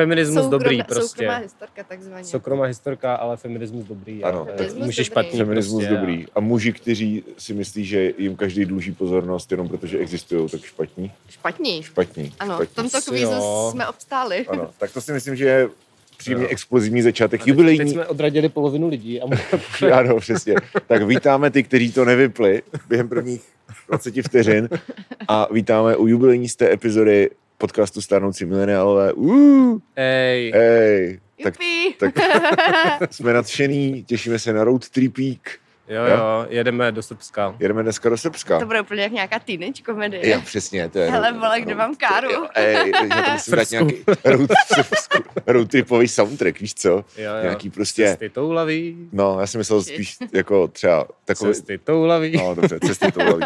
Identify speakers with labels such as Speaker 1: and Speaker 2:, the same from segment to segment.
Speaker 1: Feminismus
Speaker 2: Soukromá-
Speaker 1: dobrý prostě.
Speaker 2: Soukromá historka takzvaně.
Speaker 1: Soukromá historka, ale feminismus dobrý.
Speaker 3: Ano.
Speaker 1: a
Speaker 2: Feminismus
Speaker 1: může
Speaker 2: dobrý.
Speaker 1: špatný.
Speaker 3: Feminismus
Speaker 1: prostě,
Speaker 3: dobrý. A muži, kteří si myslí, že jim každý dluží pozornost jenom protože existují, tak špatní.
Speaker 2: Špatní.
Speaker 3: Špatní.
Speaker 2: Ano, v
Speaker 3: špatní.
Speaker 2: tomto
Speaker 1: Si
Speaker 2: kvízu
Speaker 1: jo.
Speaker 2: jsme obstáli.
Speaker 3: Ano, tak to si myslím, že je příjemně
Speaker 1: Jo.
Speaker 3: explozivní
Speaker 1: A... Teď,
Speaker 3: začátek.
Speaker 1: teď
Speaker 3: Jubilejní.
Speaker 1: jsme odradili polovinu lidí a
Speaker 3: Ano, přesně. Tak vítáme ty, kteří to nevypli během prvních 20 vteřin a vítáme u jubilejní z té epizody podcastu Starnoucí mileniálové. Uuu,
Speaker 1: Ej,
Speaker 3: Eh, hej. Tak,
Speaker 2: Jupi.
Speaker 3: tak jsme nadšený, těšíme se na road tripík.
Speaker 1: jo, jo, jedeme do Srbska.
Speaker 3: Jedeme dneska do Srbska.
Speaker 2: To bude úplně jak nějaká teenage komedie.
Speaker 3: Jo, přesně, to je.
Speaker 2: Hele,
Speaker 3: road-
Speaker 2: vole, kde
Speaker 3: road-
Speaker 2: mám Káru?
Speaker 3: Jo, Ej, já to musím dát
Speaker 1: Srbsku.
Speaker 3: nějaký road, srbsku- road tripový soundtrack, víš co?
Speaker 1: Jo, jo.
Speaker 3: Nějaký prostě,
Speaker 1: Cesty toulaví,
Speaker 3: no, já jsem myslel spíš jako třeba takový,
Speaker 1: cesty toulaví.
Speaker 3: no dobře, cesty toulaví,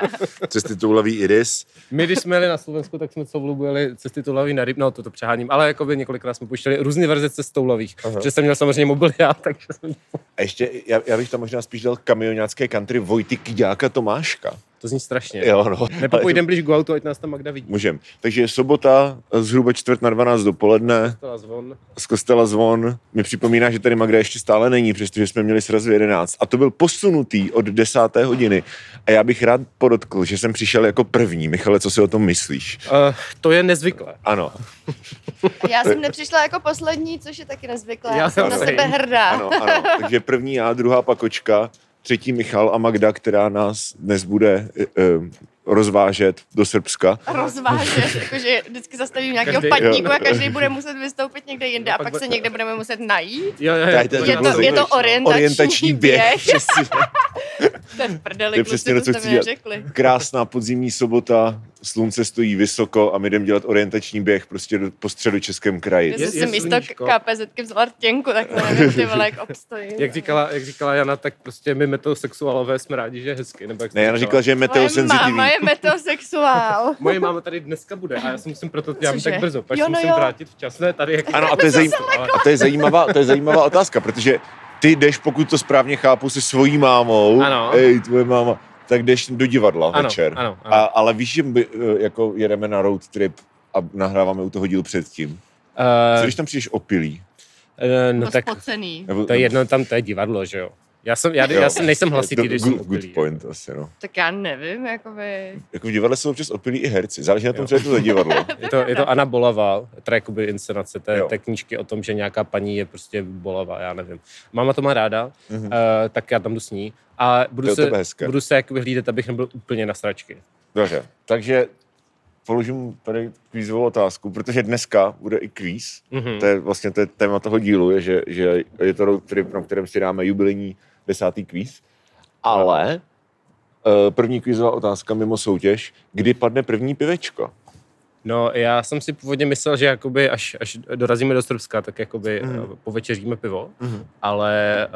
Speaker 3: cesty toulaví Iris.
Speaker 1: My, když jsme jeli na Slovensku, tak jsme coulubujeli cesty toulavý na ryb, no to to přeháním, ale jako by několikrát jsme pouštěli různé verze cest toulavých,
Speaker 3: Aha.
Speaker 1: že jsem měl samozřejmě mobil já, takže jsem...
Speaker 3: A ještě, já, já bych tam možná spíš dal kamionácké country Vojty Kyďáka Tomáška.
Speaker 1: To zní strašně.
Speaker 3: Jo, no.
Speaker 1: Nepopojdem blíž k autu, ať nás tam Magda vidí.
Speaker 3: Můžem. Takže sobota, zhruba čtvrt na 12 dopoledne,
Speaker 1: To nás von.
Speaker 3: z kostela Zvon mi připomíná, že tady Magda ještě stále není, přestože jsme měli sraz v 11. A to byl posunutý od 10. hodiny. A já bych rád podotkl, že jsem přišel jako první. Michale, co si o tom myslíš?
Speaker 1: Uh, to je nezvyklé.
Speaker 3: Ano,
Speaker 2: Já jsem nepřišla jako poslední, což je taky nezvyklé.
Speaker 1: Já
Speaker 2: Já jsem na
Speaker 1: jsem
Speaker 2: sebe
Speaker 1: taky.
Speaker 2: hrdá.
Speaker 3: ano, ano. Takže první já, druhá pakočka, třetí Michal a Magda, která nás dnes bude eh, eh, rozvážet do Srbska.
Speaker 2: rozvážet, jakože vždycky zastavím nějakého
Speaker 1: Každý-
Speaker 2: patníku
Speaker 3: jo.
Speaker 2: a každý bude muset vystoupit někde jinde
Speaker 1: No,
Speaker 2: a
Speaker 1: pak
Speaker 2: pak
Speaker 1: bude-
Speaker 2: se někde budeme muset najít.
Speaker 1: Jo, jo,
Speaker 3: Tady to
Speaker 2: Je
Speaker 3: bylo
Speaker 2: to, je to
Speaker 3: zajímavé.
Speaker 2: orientační,
Speaker 3: Orientační běh. Přesně.
Speaker 2: Ten prdeli,
Speaker 3: To je
Speaker 2: kluci,
Speaker 3: přesně
Speaker 2: to
Speaker 3: to, co
Speaker 2: jste
Speaker 3: chci
Speaker 2: mi
Speaker 3: dělat.
Speaker 2: neřekli.
Speaker 3: Krásná podzimní sobota, slunce stojí vysoko a my jdeme dělat orientační běh prostě do, po středu Českém kraji.
Speaker 2: Já jsem
Speaker 1: Je- je
Speaker 2: si místo
Speaker 1: sluníčko.
Speaker 2: KPZ vzala rtěnku, tak to nevím, ty vole, jak obstojím.
Speaker 1: Jak říkala, jak říkala Jana, tak prostě my metrosexuálové jsme rádi, že je hezky. Nebo jak jsi
Speaker 3: Ne, já říkal, že je
Speaker 2: Moje
Speaker 3: meteosenzitivní.
Speaker 2: máma je meteosexuál.
Speaker 1: Moje máma tady dneska bude a já se musím proto, já bych
Speaker 2: Cože?
Speaker 1: tak brzo, pak
Speaker 2: Jo,
Speaker 1: se
Speaker 2: no
Speaker 1: musím
Speaker 2: jo.
Speaker 1: vrátit včas. Ne, tady jak... jako-
Speaker 3: Ano, a to, je zajím... a to, je zajímavá, to je zajímavá otázka, protože ty jdeš, pokud to správně chápu, se svojí mámou,
Speaker 1: Ano.
Speaker 3: ej, tvoje máma, tak jdeš do divadla
Speaker 1: Ano,
Speaker 3: večer.
Speaker 1: ano, ano.
Speaker 3: A, ale víš, že my, eh, jako jedeme na road trip a nahráváme u toho díl předtím. Co
Speaker 1: Uh,
Speaker 3: když tam přijdeš opilý?
Speaker 1: no
Speaker 2: No
Speaker 1: tak
Speaker 2: Spocený.
Speaker 3: Nebo,
Speaker 1: to je jedno, tam to je divadlo, že jo. Já jsem, já,
Speaker 3: Jo.
Speaker 1: já jsem, nejsem hlasitý,
Speaker 3: To-
Speaker 1: když
Speaker 3: good,
Speaker 1: jsem opilý. jako.
Speaker 3: good point asi, no.
Speaker 2: Tak já nevím, jakoby...
Speaker 3: Jako v divadle jsou občas opilí i herci, záleží na tom,
Speaker 1: Jo.
Speaker 3: co je to za divadlo.
Speaker 1: Je to, je to Anna Bolava, teda jakoby inscenace té,
Speaker 3: Jo.
Speaker 1: té knížky o tom, že nějaká paní je prostě bolava, já nevím. Máma to má ráda, mm-hmm. uh, tak já tam jdu s ní. A
Speaker 3: Mhm. To
Speaker 1: budu
Speaker 3: je
Speaker 1: se,
Speaker 3: tebe hezké.
Speaker 1: budu se jakoby hlídat, abych nebyl úplně na sračky.
Speaker 3: Dobře, takže položím tady kvízovou otázku, protože dneska bude i kvíz.
Speaker 1: Mhm.
Speaker 3: To je vlastně to je téma toho dílu, je, že, že je to road trip, na kterém si dáme jubilejní desátý kvíz. Ale eh, první kvízová otázka mimo soutěž, kdy padne první pivečko?
Speaker 1: No, já jsem si původně myslel, že jakoby až, až dorazíme do Srbska, tak jakoby
Speaker 3: Mhm.
Speaker 1: mm. povečeříme pivo, mm. ale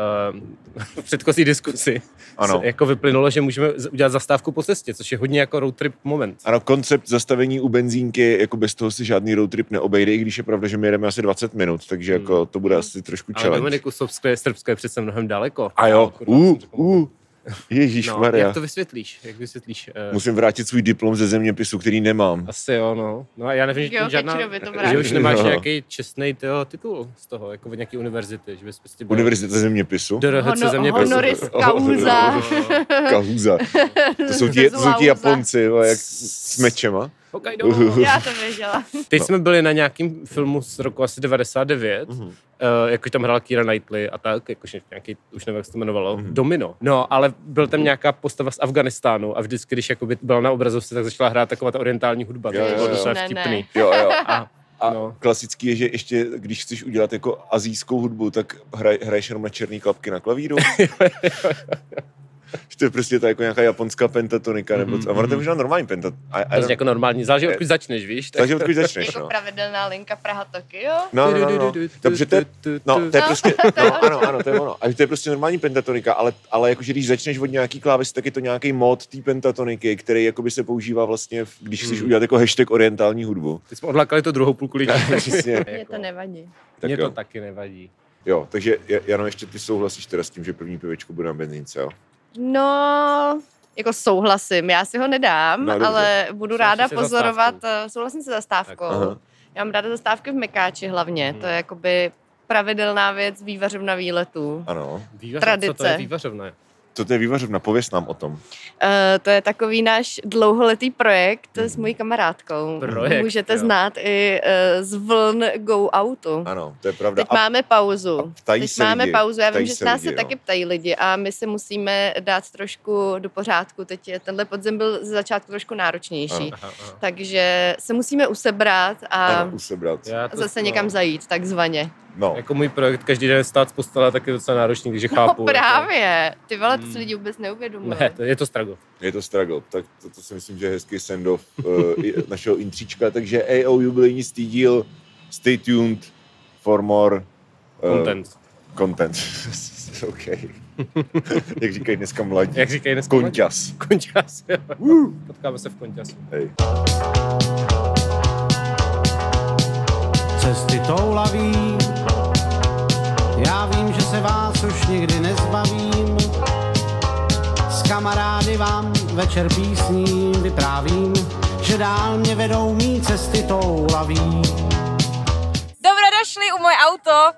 Speaker 1: uh, v předchozí diskusi
Speaker 3: Ano.
Speaker 1: se jako vyplynulo, že můžeme z- udělat zastávku po cestě, což je hodně jako road trip moment.
Speaker 3: Ano, koncept zastavení u benzínky, jako bez toho si žádný road trip neobejde, i když je pravda, že my jedeme asi 20 minut, takže jako to bude asi trošku
Speaker 1: Mhm. Ale
Speaker 3: challenge.
Speaker 1: Dominiku, Srbsko je, Srbsko je přece mnohem daleko. Jako
Speaker 3: A jo,
Speaker 1: Kurva,
Speaker 3: u,
Speaker 1: jsem řekl.
Speaker 3: u, ježíš
Speaker 1: No,
Speaker 3: Maria.
Speaker 1: jak to vysvětlíš? Jak vysvětlíš? Uh,
Speaker 3: Musím vrátit svůj diplom ze zeměpisu, který nemám.
Speaker 1: asi jo, no. No a já nevím, že,
Speaker 2: Jo,
Speaker 1: tam žádná,
Speaker 2: Kačerovi to
Speaker 1: že
Speaker 2: vrátí.
Speaker 1: už nemáš
Speaker 3: No.
Speaker 1: nějaký čestný titul z toho, jako od nějaký univerzity, že bys prostě byl
Speaker 3: Univerzita zeměpisu.
Speaker 1: DRHC
Speaker 2: Hono,
Speaker 1: země No,
Speaker 2: honoris causa.
Speaker 3: Kahuza. To jsou ti, to jsou ti Japonci, vole, jak s mečema.
Speaker 1: Hokkaido.
Speaker 2: Já to věděla.
Speaker 1: Teď
Speaker 3: No.
Speaker 1: jsme byli na nějakém filmu z roku asi 99, mm-hmm. uh, jakož tam hrál Kira Knightley a tak, jakož nějaký, už nevím, jak se to jmenovalo, mm-hmm. Domino. No, ale byl tam nějaká postava z Afganistánu a vždycky, když jakoby byla na obrazovce, tak začala hrát taková ta orientální hudba,
Speaker 3: Jo,
Speaker 1: to
Speaker 3: jo,
Speaker 1: bylo
Speaker 3: jo.
Speaker 1: docela
Speaker 2: Ne, ne.
Speaker 1: vtipný.
Speaker 3: Jo, jo.
Speaker 1: A,
Speaker 3: A
Speaker 1: no.
Speaker 3: klasický je, že ještě, když chceš udělat jako azijskou hudbu, tak hraj, hraješ jenom na černý klapky na klavíru. Že to je prostě ta jako nějaká japonská pentatonika, nebo co. A ono to je možná normální
Speaker 1: Mhm. To je
Speaker 3: pentatonika.
Speaker 1: jako normální, záleží,
Speaker 3: Eh,
Speaker 1: odkud začneš, víš? Tak,
Speaker 3: Takže odkud začneš,
Speaker 2: Jako
Speaker 3: no.
Speaker 2: pravidelná linka Praha-Tokio.
Speaker 3: No, no, no, no. Dobře, to je, no, to je
Speaker 2: No.
Speaker 3: prostě, no, ano, ano, to je ono. A to je prostě normální pentatonika, ale, ale jakože když začneš od nějaký klávesy, tak je to nějaký mod té pentatoniky, který jakoby se používá vlastně, v- když chceš udělat jako hashtag orientální hudbu.
Speaker 1: Teď jsme odlákali to druhou půlku lidí. Jako,
Speaker 3: Přesně.
Speaker 2: Mně to nevadí.
Speaker 3: Tak
Speaker 1: Mně
Speaker 3: jo.
Speaker 1: to taky nevadí.
Speaker 3: Jo, takže Ja- Jano, ještě ty souhlasíš teda s tím, že první pivečko bude na benzínce, jo?
Speaker 2: No, jako souhlasím, já si ho nedám,
Speaker 3: No, dobře.
Speaker 2: ale budu
Speaker 1: Souhlasím
Speaker 2: ráda
Speaker 1: se
Speaker 2: pozorovat, eh, souhlasím se zastávkou.
Speaker 1: Tak,
Speaker 3: aha.
Speaker 2: Já mám ráda zastávky v Mekáči hlavně.
Speaker 1: Mhm.
Speaker 2: To je jakoby pravidelná věc vývařovna výletů.
Speaker 3: Ano.
Speaker 1: Vývař, Co to je
Speaker 2: Tradice.
Speaker 1: vývařovné?
Speaker 3: Co to je vývařovna? Pověz nám o tom.
Speaker 2: Eh, to je takový náš dlouholetý projekt
Speaker 3: Mhm.
Speaker 2: s mojí kamarádkou.
Speaker 1: Projekt,
Speaker 2: Můžete
Speaker 1: jo.
Speaker 2: znát i eh, z vln Go Outu.
Speaker 3: Ano, to je pravda.
Speaker 2: Teď máme pauzu.
Speaker 3: ptají
Speaker 2: Teď
Speaker 3: se
Speaker 2: máme
Speaker 3: lidi,
Speaker 2: pauzu, já
Speaker 3: ptají
Speaker 2: vím, že
Speaker 3: se
Speaker 2: se nás
Speaker 3: lidi,
Speaker 2: se
Speaker 3: jo.
Speaker 2: taky ptají lidi a my se musíme dát trošku do pořádku. Teď je tenhle podzim byl ze začátku trošku náročnější,
Speaker 1: Aha, aha.
Speaker 2: takže se musíme usebrat a
Speaker 3: ano, usebrat.
Speaker 1: Já to-
Speaker 2: zase
Speaker 1: no.
Speaker 2: někam zajít, takzvaně.
Speaker 3: No.
Speaker 1: Jako můj projekt každý den stát z postele, tak je docela náročný, takže
Speaker 2: No
Speaker 1: chápu. jako-
Speaker 2: právě, ty vole, to
Speaker 1: Hmm.
Speaker 2: si lidi vůbec neuvědomují.
Speaker 1: Ne, to, je to strago.
Speaker 3: Je to struggle, tak to, to si myslím, že je hezký send-off uh, i- našeho intříčka, takže AO jubilejní stý díl, stay tuned for more eh,
Speaker 1: Content.
Speaker 3: content. OK. Jak říkají dneska mladí.
Speaker 1: Jak říkají dneska?
Speaker 3: Konťas.
Speaker 1: Konťas. jo. Potkáme se v Konťasu.
Speaker 3: Hej.
Speaker 4: cesty toulaví. Já vím, že se vás už nikdy nezbavím. S kamarády vám večer písní vyprávím, že dál mě vedou mý cesty toulaví.
Speaker 5: Dobro došli u moje auto.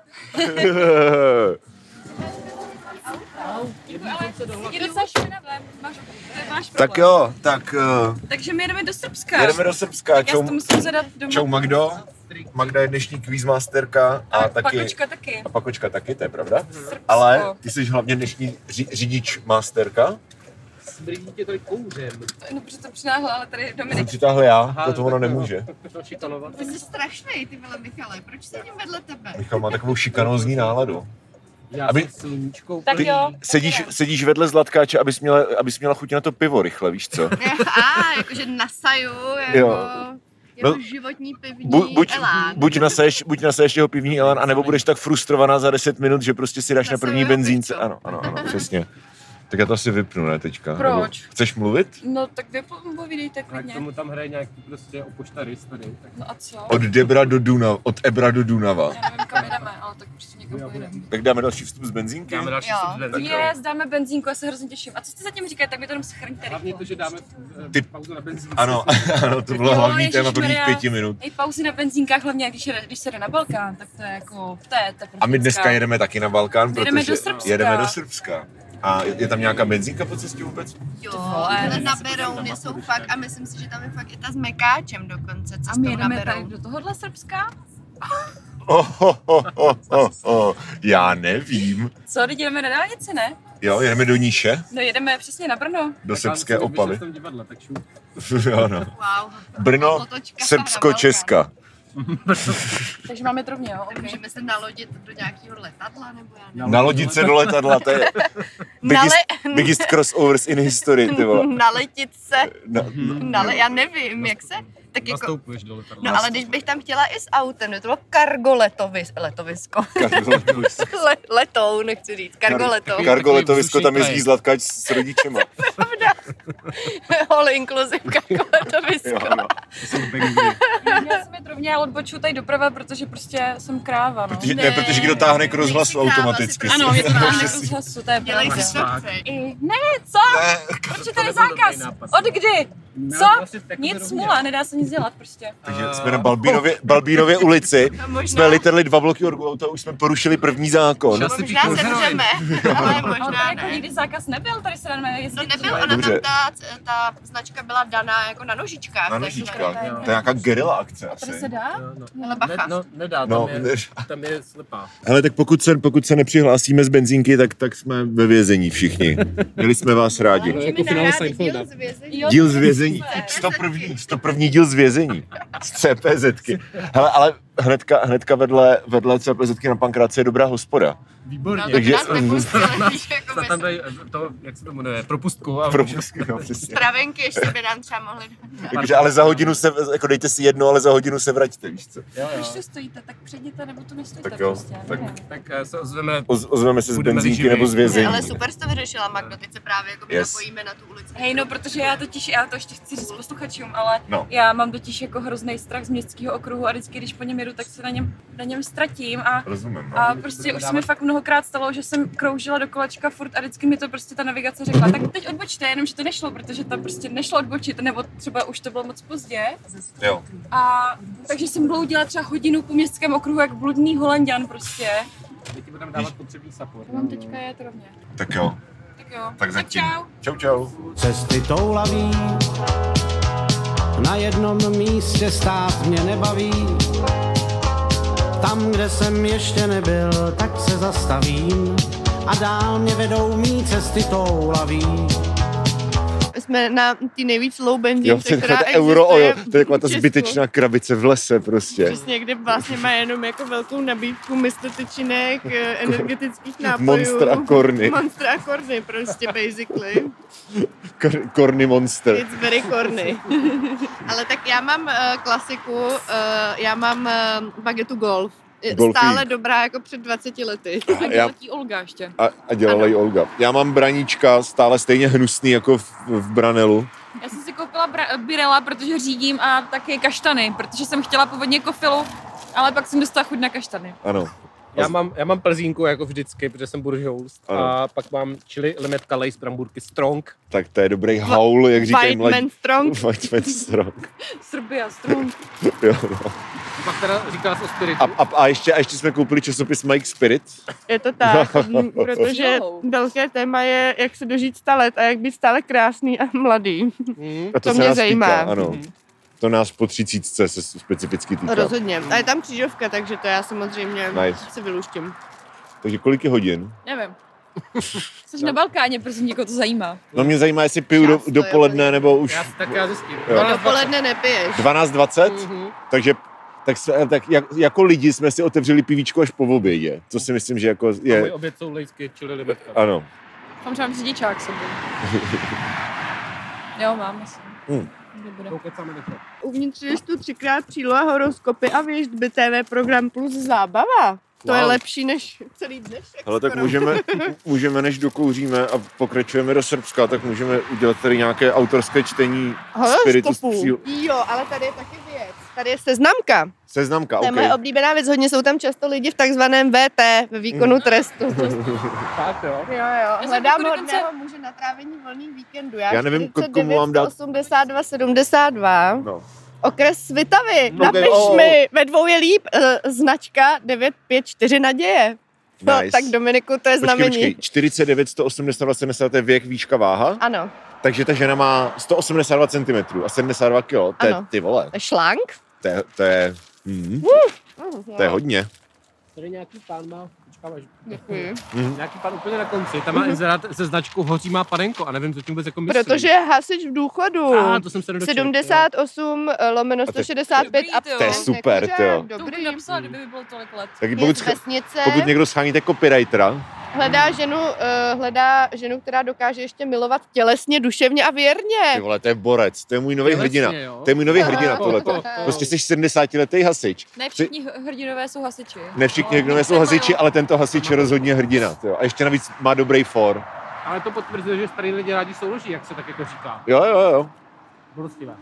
Speaker 5: Je docela špinavé. Máš, to je váš problém.
Speaker 3: tak jo, tak uh,
Speaker 5: Takže my jedeme do Srbska.
Speaker 3: jedeme do Srbska.
Speaker 5: tak já si
Speaker 3: Čau,
Speaker 5: to musím zadat doma.
Speaker 3: čau Magdo. Magda je dnešní quizmasterka a,
Speaker 5: a
Speaker 3: taky...
Speaker 5: Pakočka taky.
Speaker 3: A pakočka taky, to je pravda. Ale ty jsi hlavně dnešní ři- řidič masterka.
Speaker 1: Smrdí tě tady kouřem.
Speaker 5: No, protože to přináhla, ale tady je
Speaker 3: Jsem
Speaker 5: Dominik.
Speaker 3: přitáhl já, jako to, to ono nemůže.
Speaker 2: Ty jsi strašný, ty vole Michale, proč sedím vedle tebe?
Speaker 3: Michal má takovou šikanózní náladu.
Speaker 1: Já
Speaker 3: Aby- jsem
Speaker 1: sluníčkou.
Speaker 5: Tak jo.
Speaker 3: Sedíš, sedíš vedle Zlatkáče, abys měla, abys měla chuť na to pivo rychle, víš co?
Speaker 2: A, jakože nasaju, jako,
Speaker 3: Jo.
Speaker 2: jako
Speaker 3: No,
Speaker 2: životní pivní
Speaker 3: Bu, buď,
Speaker 2: elán.
Speaker 3: buď, nasaješ, buď nasaješ jeho pivní elan, anebo budeš tak frustrovaná za 10 minut, že prostě si dáš na první
Speaker 2: Nasaju
Speaker 3: benzínce.
Speaker 2: pičku.
Speaker 3: Ano, ano, ano, přesně. Tak já to asi vypnu, ne, teďka.
Speaker 5: Proč?
Speaker 3: Nebo chceš mluvit?
Speaker 5: No, tak vy po- povídejte
Speaker 1: Tak
Speaker 5: klidně.
Speaker 1: tomu tam hraje nějaký prostě opoštarys tady. Tak
Speaker 5: No a co?
Speaker 3: Od Debra do Dunava, od Ebra do Dunava.
Speaker 5: Já nevím, kam jedeme, ale tak prostě někam pojedeme.
Speaker 3: Tak dáme další vstup z benzínky?
Speaker 1: dáme další
Speaker 2: Jo.
Speaker 1: vstup z benzínky.
Speaker 5: Yes, dáme benzínku, já se hrozně těším. A co jste zatím říkali, tak mi to jenom schrňte
Speaker 1: Hlavně to,
Speaker 5: rychle.
Speaker 1: že dáme
Speaker 3: Ty-
Speaker 1: Ty... pauzu na benzín.
Speaker 3: Ano, ano, to bylo
Speaker 5: Jo,
Speaker 3: hlavní téma prvních
Speaker 5: ježišmarja.
Speaker 3: pěti minut.
Speaker 5: Ej, pauzy na benzínkách, hlavně když, jede, když se jde na Balkán, tak to je jako, to je, to je
Speaker 3: A my dneska
Speaker 5: perfektská.
Speaker 3: jedeme taky na Balkán, protože
Speaker 5: Jedeme do Srbska.
Speaker 3: jedeme do Srbska. A je je tam nějaká benzínka po cestě vůbec?
Speaker 2: Jo,
Speaker 5: vole.
Speaker 2: ale na Berouně jsou fakt, a myslím si, že tam je fakt i ta s Mekáčem dokonce,
Speaker 5: A
Speaker 2: cestou
Speaker 5: my
Speaker 2: na
Speaker 5: jedeme tady
Speaker 2: Beroun.
Speaker 5: do tohohle Srbska?
Speaker 3: Oh, oh, oh, oh, oh, oh. Já nevím.
Speaker 5: Co, teď jedeme na dálnici, ne?
Speaker 3: Jo, jedeme do Níše,
Speaker 5: No jedeme přesně na Brno.
Speaker 3: do srbské opavy.
Speaker 1: Divadle, tak šup.
Speaker 3: jo, no.
Speaker 2: Wow.
Speaker 3: Brno,
Speaker 2: Otočka na
Speaker 3: No, Srbsko,
Speaker 2: Balkán.
Speaker 3: Česka.
Speaker 5: Takže máme to rovně, jo? Okay.
Speaker 2: Můžeme se nalodit do nějakého letadla, nebo já nevím.
Speaker 3: Nalodit se do letadla, to je biggest, biggest crossovers in history, ty vole.
Speaker 2: naletit se,
Speaker 3: Na,
Speaker 2: nale, já nevím, jak se, tak jako,
Speaker 1: Nastoupuješ do letadla.
Speaker 2: no ale když bych tam chtěla i s autem, no to bylo kargo letovis, letovisko, Le, letoun, nechci říct, kargo letoun,
Speaker 3: Kargo
Speaker 1: Takový
Speaker 3: letovisko,
Speaker 1: vzdušný
Speaker 3: tam
Speaker 1: kraj.
Speaker 3: jezdí zlatkáč s rodičema.
Speaker 2: all inclusive kargo
Speaker 3: Jo,
Speaker 2: letovisko.
Speaker 3: no.
Speaker 5: Já jsem je rovně, ale odboču tady doprava, protože prostě jsem kráva, no.
Speaker 3: Protože, ne, protože kdo táhne k rozhlasu
Speaker 2: Nejsi kráva,
Speaker 3: automaticky.
Speaker 2: si
Speaker 5: Ano, je to
Speaker 2: Prostě.
Speaker 5: náš rozhlasu, to je
Speaker 2: Dělej
Speaker 5: pravda.
Speaker 2: si srdce.
Speaker 5: I, ne, co? Proč je tady zákaz? Od kdy? Co? Nic smula, nedá se nic dělat prostě.
Speaker 3: Takže jsme na Balbínově, Balbínově ulici, jsme
Speaker 5: No.
Speaker 3: literally dva bloky od auta, už jsme porušili první zákon.
Speaker 1: Čas-
Speaker 2: Možná se můžeme, ale
Speaker 5: Ale
Speaker 2: možná
Speaker 5: tady jako
Speaker 2: ne.
Speaker 5: nikdy zákaz nebyl, tady se dáme jezdit.
Speaker 2: No nebyl,
Speaker 5: třeba.
Speaker 2: ona
Speaker 3: Dobře.
Speaker 2: tam ta, ta značka byla daná jako na nožičkách.
Speaker 3: Na
Speaker 2: takže-
Speaker 3: nožičkách.
Speaker 1: Jo.
Speaker 3: To je nějaká gerila akce
Speaker 5: Tady
Speaker 3: asi.
Speaker 5: se dá?
Speaker 2: Ale bacha.
Speaker 1: No, nedá, tam,
Speaker 3: No,
Speaker 1: je,
Speaker 3: ne-
Speaker 1: tam je slepá.
Speaker 3: Hele, tak pokud se, pokud se nepřihlásíme z benzínky, tak, tak jsme ve vězení všichni. Měli jsme vás rádi.
Speaker 1: No, jako finále Seinfelda.
Speaker 5: Jo,
Speaker 3: Díl z vězení.
Speaker 5: super.
Speaker 3: 101. 101. díl z vězení. Z CPZky. Hele, ale hnedka, hnedka vedle, vedle CPZky na Pankráce je dobrá hospoda.
Speaker 1: Výborně.
Speaker 3: Takže-
Speaker 2: Nás nepustili, víš, jako
Speaker 1: Snad
Speaker 2: bez
Speaker 1: tam dají eh, to, jak se to jmenuje, propustku. A
Speaker 3: Pro no, přesně.
Speaker 2: stravenky, ještě by nám třeba mohli dát.
Speaker 3: Jakože, ale za hodinu se, jako dejte si jedno, ale za hodinu se vraťte, víš co?
Speaker 1: Jo,
Speaker 5: Když
Speaker 1: jo.
Speaker 5: tu stojíte, tak předněte nebo tu nestojíte
Speaker 3: Tak jo,
Speaker 5: prostě. já
Speaker 3: tak-
Speaker 5: nevím.
Speaker 1: Tak eh, se ozveme
Speaker 3: Oz, ozveme se z
Speaker 1: Budeme
Speaker 3: benzínky
Speaker 1: živi.
Speaker 3: nebo z
Speaker 2: Ne,
Speaker 3: vězení.
Speaker 2: ale super jsi to vyřešila, Magdo, teď se právě jako
Speaker 3: Yes.
Speaker 2: yes. napojíme na tu ulici.
Speaker 5: Hej, no, protože já totiž, já to ještě chci říct posluchačům, ale
Speaker 3: No.
Speaker 5: já mám totiž jako hrozný strach z městského okruhu a vždycky, když po něm jedu jedu, tak se na něm, na něm ztratím a
Speaker 6: Rozumím, no.
Speaker 5: a prostě už se mi fakt mnohokrát stalo, že jsem kroužila do kolečka furt a vždycky mi to prostě ta navigace řekla, tak teď odbočte, jenomže to nešlo, protože tam prostě nešlo odbočit, nebo třeba už to bylo moc pozdě.
Speaker 6: Jo.
Speaker 5: A takže jsem bloudila třeba hodinu po městském okruhu jak bludný holanděn prostě.
Speaker 1: ti budeme dávat potřebný support.
Speaker 5: To mám teďka jet rovně.
Speaker 6: Tak jo,
Speaker 5: Tak jo.
Speaker 6: tak zatím.
Speaker 5: čau.
Speaker 6: Čau, čau.
Speaker 4: cesty toulaví. Na jednom místě stát mě nebaví, tam, kde jsem ještě nebyl, tak se zastavím a dál mě vedou mý cesty toulaví.
Speaker 7: Jsme na ty nejvíc low benzín,
Speaker 3: Jo, to je taková ta euro oil, to je taková ta zbytečná krabice v lese prostě.
Speaker 2: Přesně, kde vlastně má jenom jako velkou nabídku mistotečínek, eh, energetických nápojů.
Speaker 3: Monster Jako a korny.
Speaker 2: Monstra a korny prostě, basically.
Speaker 3: Kor- Korny monster.
Speaker 2: It's very corny. Ale tak já mám eh, klasiku, eh, já mám eh, bagetu golf. Je
Speaker 3: Golfík.
Speaker 2: Stále dobrá jako před 20 lety.
Speaker 3: A já,
Speaker 5: Olga ještě.
Speaker 3: a, a dělala ji Olga. Já mám braníčka stále stejně hnusný jako v, v Branelu.
Speaker 5: Já jsem si koupila bra- birela, protože řídím a taky kaštany, protože jsem chtěla původně kofilu, ale pak jsem dostala chuť na kaštany.
Speaker 3: Ano.
Speaker 8: Já mám, já mám plzínku jako vždycky, protože jsem buržoust.
Speaker 3: Ano.
Speaker 8: A pak mám čili limetka Lays bramburky Strong.
Speaker 3: Tak to je dobrý haul, jak říkají
Speaker 2: White
Speaker 3: mladí.
Speaker 2: man strong.
Speaker 3: White man strong.
Speaker 5: Srbia, strum.
Speaker 3: Jo, no.
Speaker 1: Pak teda říkala jsi o spiritu.
Speaker 3: a, a, a, ještě, a ještě jsme koupili časopis Mike Spirit.
Speaker 2: Je to tak, m, protože
Speaker 5: Silou.
Speaker 2: velké téma je, jak se dožít 100 let a jak být stále krásný a mladý.
Speaker 8: Mhm.
Speaker 3: A to,
Speaker 2: To
Speaker 3: se
Speaker 2: mě
Speaker 3: nás
Speaker 2: zajímá. Mhm.
Speaker 3: Týká, ano. To nás po třicítce se specificky týká.
Speaker 2: Rozhodně. A je tam křížovka, takže to já samozřejmě
Speaker 3: Nice.
Speaker 2: si vyluštím.
Speaker 3: Takže kolik je hodin?
Speaker 5: Nevím. Jsi na Balkáně, prostě někoho to zajímá.
Speaker 3: No mě zajímá, jestli piju do,
Speaker 2: Čas, to je
Speaker 3: dopoledne
Speaker 2: hodin.
Speaker 3: nebo už
Speaker 1: Já si tak já zjistím.
Speaker 3: Jo.
Speaker 2: Dopoledne nepiješ.
Speaker 3: 12.20.
Speaker 2: Mhm.
Speaker 3: Takže tak, se, tak jak, jako lidi jsme si otevřeli pivíčko až po obědě. To si myslím, že jako
Speaker 1: Je. Můj
Speaker 3: je...
Speaker 1: oběd jsou lejsky, čili libetka.
Speaker 3: Ano.
Speaker 5: Mám třeba řidičák sebou. jo, mám, myslím.
Speaker 3: Hmm.
Speaker 5: Dobré.
Speaker 1: Poukecáme na to.
Speaker 2: Uvnitř je tu třikrát příloha horoskopy a věždby TV program plus zábava. To je
Speaker 3: Wow.
Speaker 2: lepší než celý dnešek.
Speaker 3: Ale tak
Speaker 2: skoro.
Speaker 3: můžeme, můžeme, než dokouříme a pokračujeme do Srbska, tak můžeme udělat tady nějaké autorské čtení spiritu z
Speaker 2: Horoskopu.
Speaker 3: psího-
Speaker 2: Jo, ale tady je taky věc. Tady je seznamka.
Speaker 3: Seznamka,
Speaker 2: To je
Speaker 3: OK.
Speaker 2: moje oblíbená věc. Hodně jsou tam často lidi v takzvaném VT, ve
Speaker 3: Mm.
Speaker 2: výkonu trestu.
Speaker 1: Tak jo.
Speaker 2: Jo, jo,
Speaker 5: jsem
Speaker 2: hledám
Speaker 5: jako dokonce-
Speaker 2: hodného muže na trávení volných víkendů. Já,
Speaker 3: Já nevím, ko- komu mám dát-
Speaker 2: 82, 72.
Speaker 3: No.
Speaker 2: Okres Svitavy.
Speaker 3: No,
Speaker 2: Napiš
Speaker 3: kde- o, o.
Speaker 2: mi, ve dvou je líp. eh, značka 954 naděje. No,
Speaker 3: Nice.
Speaker 2: tak Dominiku, to je
Speaker 3: Počkej,
Speaker 2: znamení.
Speaker 3: počkej, 49, 182, 70 je věk, výška, váha,
Speaker 2: Ano,
Speaker 3: takže ta žena má 182 cm a 72 kg, to je,
Speaker 2: Ano.
Speaker 3: ty vole,
Speaker 2: to je šlank.
Speaker 3: to je, to je, mm, to je hodně.
Speaker 1: Tady nějaký pán má, počkám, až Mhm.
Speaker 2: Děkuji.
Speaker 1: Nějaký pan úplně na konci, tam má inzerát se značkou Hoří má panenko a nevím, co tím vůbec jako myslí.
Speaker 2: Protože je hasič v důchodu.
Speaker 1: A, to jsem se nedočetl.
Speaker 2: 78 eh, lomeno
Speaker 3: to je-
Speaker 2: 165 a
Speaker 5: Dobrý, to no.
Speaker 3: To je super,
Speaker 2: Nekuřák,
Speaker 3: ty jo.
Speaker 5: To
Speaker 2: Dobrý.
Speaker 5: bych napsala, kdyby mi bylo tolik let.
Speaker 3: Tak
Speaker 2: Je
Speaker 3: pokud,
Speaker 2: z
Speaker 3: sch-
Speaker 2: vesnice.
Speaker 3: pokud někdo scháníte copywritera,
Speaker 2: Hledá ženu, eh, hledá ženu, která dokáže ještě milovat tělesně, duševně a
Speaker 3: ty
Speaker 2: věrně.
Speaker 3: vole, to je borec, to je můj nový
Speaker 1: Tělesně,
Speaker 3: hrdina,
Speaker 1: jo.
Speaker 3: to je můj nový
Speaker 2: vlastně, no. Aha.
Speaker 3: hrdina tohleto. Prostě jsi 70 letý hasič.
Speaker 5: Ne všichni h- hrdinové jsou hasiči.
Speaker 3: Ne všichni no, jsou hasiči, ale tento hasič je rozhodně hrdina. Jo. A ještě navíc má dobrý for.
Speaker 1: Ale to potvrzuje, že starý lidi rádi souloží, jak se tak jako říká.
Speaker 3: Jo, jo, jo.
Speaker 1: Bolestivé.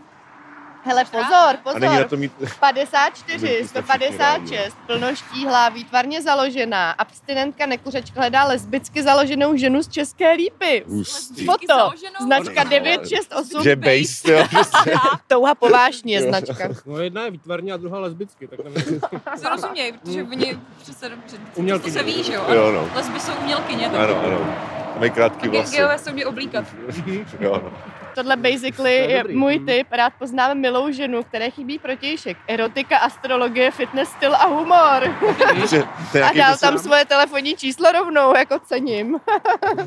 Speaker 2: Hele, pozor,
Speaker 3: A není na
Speaker 2: pozor.
Speaker 3: to mít...
Speaker 2: 54,
Speaker 3: Vždycky jsme všichni rádi,
Speaker 2: 156, plnoštíhlá, výtvarně založená, abstinentka nekuřečka hledá lesbicky založenou ženu z České lípy.
Speaker 3: Hustý.
Speaker 5: Lesbicky
Speaker 2: Foto,
Speaker 5: založenou?
Speaker 2: značka
Speaker 3: Ty vole.
Speaker 2: 968,
Speaker 3: Že base, jo. prostě.
Speaker 2: touha po vášni je značka.
Speaker 1: No jedna je výtvarně a druhá lesbicky, tak nevím.
Speaker 5: Se rozuměj, protože oni přece dobře.
Speaker 1: Umělkyně.
Speaker 5: To se ví, že jo?
Speaker 3: Jo, no.
Speaker 5: Lesby jsou umělkyně, tak
Speaker 3: Ano, Prostě. ano. A Mají krátký
Speaker 5: Ge-
Speaker 3: vlasy.
Speaker 5: geové se umí oblíkat.
Speaker 3: Jo, no.
Speaker 2: Tohle basically
Speaker 1: To je
Speaker 2: je
Speaker 1: dobrý.
Speaker 2: můj
Speaker 3: Mhm.
Speaker 1: Mm.
Speaker 2: tip. Rád poznám milou ženu, které chybí protějšek. Erotika, astrologie, fitness styl a humor.
Speaker 3: Že to je
Speaker 2: A
Speaker 3: nějaký
Speaker 2: dal
Speaker 3: prostě-
Speaker 2: tam svoje telefonní číslo rovnou, jako cením.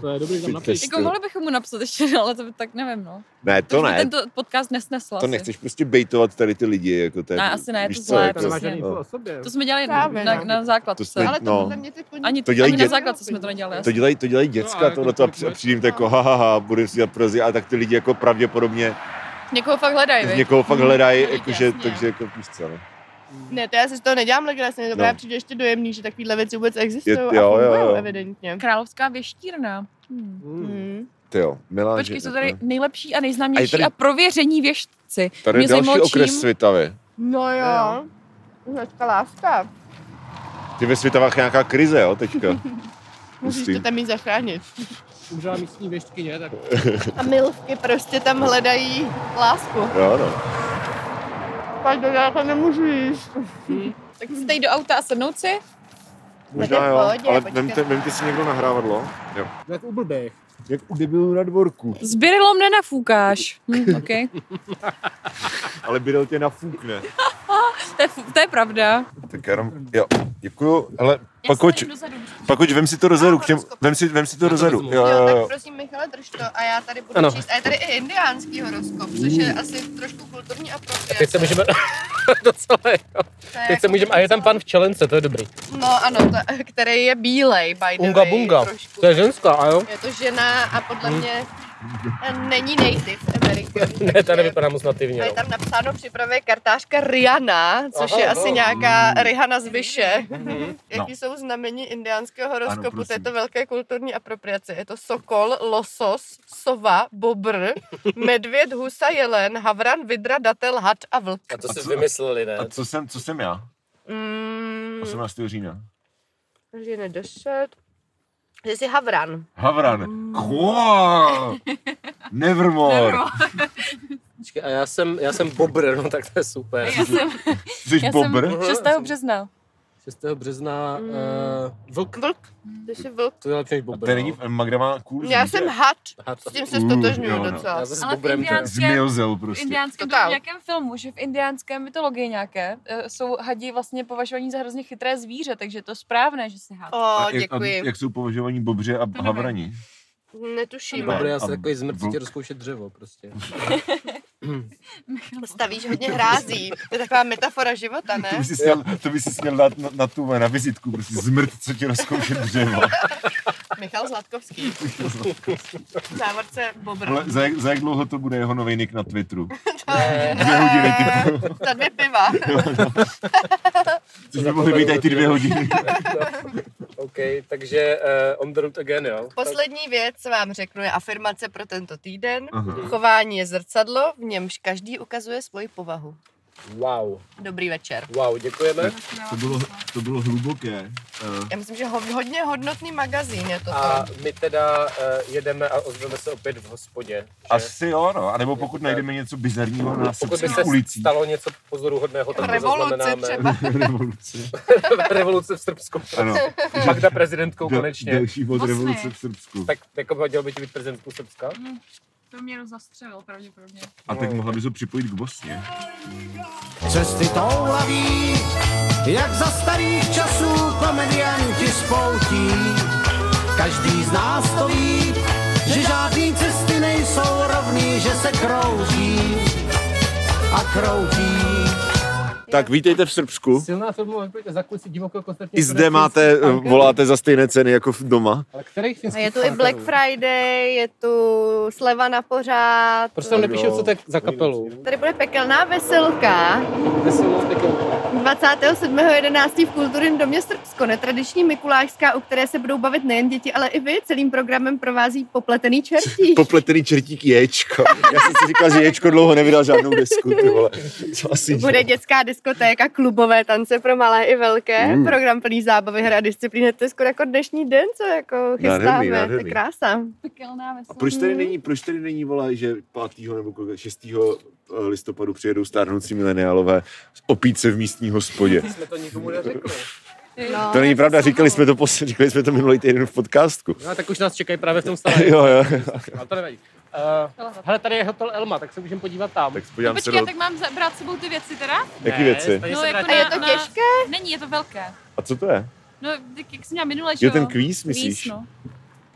Speaker 1: To je dobrý, tam napiš.
Speaker 3: Fitness.
Speaker 5: Jako mohli bychom mu napsat ještě, ale to by tak nevím, no.
Speaker 3: Ne, to
Speaker 5: Už by
Speaker 3: ne.
Speaker 5: Tento podcast nesnesl
Speaker 3: To
Speaker 5: asi.
Speaker 3: nechceš prostě bejtovat tady ty lidi. Jako to je,
Speaker 5: Ne, asi ne, je
Speaker 3: víš
Speaker 5: to
Speaker 3: co,
Speaker 5: zlé, prostě.
Speaker 3: jako-
Speaker 1: To nemáš ani
Speaker 3: No.
Speaker 1: info o sobě.
Speaker 5: To jsme dělali
Speaker 2: Právě,
Speaker 5: na,
Speaker 2: no.
Speaker 5: na základce.
Speaker 3: To jsme-
Speaker 2: Ale to
Speaker 3: No.
Speaker 2: podle mě teď podnik-
Speaker 5: Ani,
Speaker 3: To dělají
Speaker 5: ani na
Speaker 3: děti.
Speaker 5: základce jsme to nedělali.
Speaker 3: To
Speaker 5: jasně.
Speaker 3: dělají, to dělají
Speaker 1: No,
Speaker 3: děcka
Speaker 1: ale
Speaker 3: tohleto a
Speaker 1: to-
Speaker 3: při- a přijde jim to jako ha, ha, ha, budeme si dělat prozy, ale tak ty lidi jako pravděpodobně
Speaker 2: Někoho fakt hledají,
Speaker 3: z
Speaker 2: viď?
Speaker 3: někoho fakt hledají,
Speaker 2: to
Speaker 3: jakože,
Speaker 2: jasně.
Speaker 3: takže jako víš co, no.
Speaker 2: Ne, to já si z toho nedělám legraci, mě to
Speaker 3: No.
Speaker 2: právě přijde ještě dojemný, že takovýhle věci vůbec existují
Speaker 3: Je-
Speaker 2: a
Speaker 3: jo, jo,
Speaker 2: fungují
Speaker 3: jo.
Speaker 2: evidentně.
Speaker 5: Královská věštírna. Hmm.
Speaker 1: Hmm.
Speaker 3: Ty jo, Milán,
Speaker 5: Počkej, jsou
Speaker 3: že-
Speaker 5: tady
Speaker 3: no.
Speaker 5: nejlepší a
Speaker 3: A je
Speaker 5: nejznámější
Speaker 3: tady-
Speaker 5: a prověření věšci.
Speaker 3: Tady je další
Speaker 5: Mě zajímalo,
Speaker 3: okres
Speaker 5: čím-
Speaker 3: Svitavy.
Speaker 2: No jo. Hezká láska.
Speaker 3: Ty ve Svitavách nějaká krize, jo, teďka.
Speaker 2: Musíš
Speaker 3: Hustý.
Speaker 2: to tam jít zachránit.
Speaker 9: Umřela místní věštkyně, tak
Speaker 2: A milvky prostě tam hledají lásku.
Speaker 3: Jo, no.
Speaker 2: Tak to já to nemůžu jíst.
Speaker 5: Tak chcete jít do auta a sednout si?
Speaker 3: Možná
Speaker 2: Tak
Speaker 3: jo,
Speaker 2: v pohodě,
Speaker 3: ale
Speaker 2: počkej.
Speaker 3: vemte, vemte si někdo nahrávadlo. Jo.
Speaker 9: jak u blbých.
Speaker 3: Jak u debilů na dvorku.
Speaker 5: S byrylom nenafoukáš. Hm, okay.
Speaker 3: Ale bydel tě nafůkne.
Speaker 5: to, je, fu- to je pravda.
Speaker 3: Tak já jenom, jo, děkuju. Hele, pakoč, pakoč, vem si to dozadu, k těm, vem si, vem si to dozadu.
Speaker 2: No
Speaker 3: Jo,
Speaker 2: Jo,
Speaker 3: jo,
Speaker 2: tak
Speaker 3: jo.
Speaker 2: prosím, Michale, drž to a já tady budu
Speaker 1: Eh. Ano. Hmm.
Speaker 2: číst. A je tady i indiánský horoskop, což je asi trošku kulturní apropriace.
Speaker 1: Teď se můžeme... docela, jo.
Speaker 2: To je
Speaker 1: Teď
Speaker 2: jako
Speaker 1: se můžeme... A je tam pan v čelence, to je dobrý.
Speaker 2: No ano, to, který je bílej, by the
Speaker 1: Unga
Speaker 2: way,
Speaker 1: bunga.
Speaker 2: trošku.
Speaker 1: To je Hmm. ženská, a jo?
Speaker 2: Je to žena a podle mě eh, není native American.
Speaker 1: Ne, ta nevypadá moc nativně,
Speaker 2: A je
Speaker 1: no.
Speaker 2: tam napsáno připravuje kartářka Rihanna, což
Speaker 1: Aha, Mhm.
Speaker 2: je
Speaker 1: no.
Speaker 2: asi nějaká Rihanna z Vyše. Jaký
Speaker 10: Mm. No.
Speaker 2: jsou znamení indiánského horoskopu
Speaker 10: prosím.
Speaker 2: této velké kulturní apropriace? Je to sokol, losos, sova, bobr, medvěd, husa, jelen, havran, vidra, datel, had a vlk.
Speaker 1: A to
Speaker 10: A
Speaker 1: si
Speaker 10: co-
Speaker 1: vymysleli, ne?
Speaker 10: A co jsem, co jsem já?
Speaker 2: Mm,
Speaker 10: 18. října.
Speaker 2: takže nedošet. Že jsi havran. Mm.
Speaker 10: Havran. Kvá! Nevermore.
Speaker 1: Počkej, A já jsem, já jsem bobr, no tak to je super.
Speaker 5: Já jsem,
Speaker 10: Jsi
Speaker 5: já jsem
Speaker 10: bobr?
Speaker 5: 6. března.
Speaker 1: 6. března uh, vlk,
Speaker 2: Mm. Vlk. Ty jsi vlk.
Speaker 1: to je lepší než
Speaker 10: A
Speaker 1: bobr.
Speaker 10: to není
Speaker 1: no.
Speaker 10: Magda má cool
Speaker 2: Já
Speaker 10: zvíře.
Speaker 2: jsem had,
Speaker 1: Aha, to,
Speaker 2: s tím se
Speaker 10: Uh,
Speaker 2: stotožňuju
Speaker 10: jo, no.
Speaker 2: zase
Speaker 1: já
Speaker 2: docela.
Speaker 1: zase s
Speaker 5: Ale v
Speaker 1: bobrem, to jo.
Speaker 5: indiánském-
Speaker 10: Zmiozel
Speaker 5: V
Speaker 10: prostě.
Speaker 5: indiánském,
Speaker 2: Totál.
Speaker 5: v nějakém filmu, že v indiánské mytologii nějaké eh, jsou hadi vlastně považovaní za hrozně chytré zvíře, takže je to správné, že se had.
Speaker 2: O,
Speaker 10: A jak, a
Speaker 2: děkuji.
Speaker 10: jak jsou považovaní bobře a
Speaker 5: nevím.
Speaker 10: havrani?
Speaker 2: Netuším.
Speaker 1: Bobr je
Speaker 10: Ne,
Speaker 1: asi
Speaker 10: a
Speaker 1: takový zmrtvitě
Speaker 10: vlk?
Speaker 1: rozkoušet dřevo, prostě.
Speaker 2: Stavíš hodně hrází. To je taková metafora života, ne?
Speaker 10: To by si směl, to by si směl dát na, na tu na vizitku, prostě zmrt, co ti rozkouše dřevo.
Speaker 2: Michal Zlatkovský. V závorce Bobr.
Speaker 10: Ale za, jak, za jak dlouho to bude jeho nový nick na Twitteru?
Speaker 2: Dvě
Speaker 10: hodiny,
Speaker 2: Za dvě piva.
Speaker 10: Což by mohly být i ty dvě hodiny.
Speaker 1: OK, takže uh, on the road again, jo?
Speaker 2: Poslední věc, co vám řeknu, je afirmace pro tento týden.
Speaker 10: Aha.
Speaker 2: Chování je zrcadlo, v němž každý ukazuje svoji povahu.
Speaker 1: Wow,
Speaker 2: Dobrý večer.
Speaker 1: wow, děkujeme.
Speaker 10: To bylo, to bylo hluboké. Uh,
Speaker 2: Já myslím, že ho, hodně hodnotný magazín je to.
Speaker 1: A my teda uh, jedeme a ozveme se opět v hospodě. že?
Speaker 10: asi jo, no. A nebo pokud
Speaker 1: tak.
Speaker 10: najdeme něco bizarního na
Speaker 1: Pokud by
Speaker 10: srbských
Speaker 1: se
Speaker 10: ulicích.
Speaker 1: stalo něco pozoruhodného, tak to
Speaker 2: Revoluce
Speaker 1: zaznamenáme.
Speaker 2: třeba.
Speaker 10: Revoluce.
Speaker 1: Revoluce v Srbsku.
Speaker 10: Ano.
Speaker 1: Magda prezidentkou
Speaker 10: Del-
Speaker 1: konečně.
Speaker 10: Delší od
Speaker 5: Bosny.
Speaker 10: revoluce v Srbsku.
Speaker 1: Tak jako by hodil by ti být prezidentkou Srbska?
Speaker 5: To mě zastřelil pravděpodobně.
Speaker 10: A
Speaker 1: no.
Speaker 10: tak mohla bys ho připojit k Bosně.
Speaker 4: Cesty toulaví, jak za starých časů komedianti spoutí. Každý z nás to ví, že žádný cesty nejsou rovný, že se kroutí a kroutí.
Speaker 3: Tak vítejte v Srbsku.
Speaker 9: Silná filmová vypověď za kulisy divokého koncertního
Speaker 3: I zde máte, eh, voláte za stejné ceny jako v- doma.
Speaker 9: Ale kterých
Speaker 2: A
Speaker 9: finských
Speaker 2: je tu i Black Friday, je tu sleva na pořád.
Speaker 1: Proč tam nepíšou, co to je za kapelu?
Speaker 2: Tady bude pekelná veselka.
Speaker 1: Veselou takovou.
Speaker 2: 27.11. v Kulturním domě Srbsko, netradiční Mikulášská, u které se budou bavit nejen děti, ale i vy. Celým programem provází popletený čertí.
Speaker 3: Popletený čertík Ječko. Já jsem si říkal, že Ječko dlouho nevydal žádnou desku, ty vole. Co asi
Speaker 2: Bude dětská diskotéka, klubové tance pro malé i velké,
Speaker 3: Hmm.
Speaker 2: mm. program plný zábavy, hra, disciplíny, to je skoro jako dnešní den, co jako chystáme,
Speaker 3: Nádherný,
Speaker 2: to
Speaker 3: nádherný.
Speaker 2: je krása.
Speaker 5: Pekelná
Speaker 3: A
Speaker 5: veselá.
Speaker 3: proč tady není, proč tady není vole, že 5. nebo kolik- 6. listopadu přijedou stárnoucí mileniálové opít se v místní hospodě.
Speaker 1: Jsme to nikomu neřekli.
Speaker 2: No,
Speaker 3: To není pravda, říkali jsme to, posl- říkali jsme to minulý týden v podcastku.
Speaker 1: No, tak už nás čekají právě v tom starém.
Speaker 3: Jo, jo.
Speaker 1: Ale to nevadí. Uh, hele, tady je hotel Elma, tak se můžeme podívat tam.
Speaker 3: Tak podívám se
Speaker 5: No, Počkej,
Speaker 3: do...
Speaker 5: a tak mám za- brát s sebou ty věci teda?
Speaker 3: Jaký
Speaker 1: Ne,
Speaker 3: věci?
Speaker 1: tady
Speaker 5: No,
Speaker 1: se
Speaker 5: jako
Speaker 1: vrátí-
Speaker 2: a je to
Speaker 5: Na-
Speaker 2: těžké?
Speaker 5: Není, je to velké.
Speaker 3: A co to je?
Speaker 5: No, tak jak jsem měla minule, že
Speaker 3: Jo, ten kvíz,
Speaker 5: Kvíz,
Speaker 3: myslíš?
Speaker 5: no.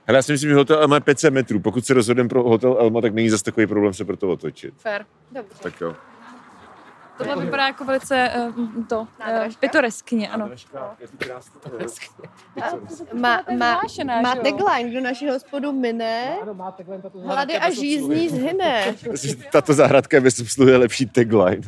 Speaker 3: Hele, já si myslím, že hotel Elma je 500 metrů. Pokud se rozhodneme pro hotel Elma, tak není zas takový problém se pro to otočit.
Speaker 2: Fair. Dobře.
Speaker 3: Tak jo.
Speaker 5: Tohle vypadá jako velice uh, to, uh,
Speaker 2: Nádražka?
Speaker 5: pitoreskně, ano.
Speaker 2: Má,
Speaker 5: To je
Speaker 2: má,
Speaker 5: vyhlášená,
Speaker 2: má
Speaker 5: že jo?
Speaker 2: tagline, kdo naši hospodu mine,
Speaker 9: Ano, máte Glenn, tato
Speaker 2: hlady a žízní zhyne.
Speaker 3: Tato zahradka je bez obsluhy lepší tagline.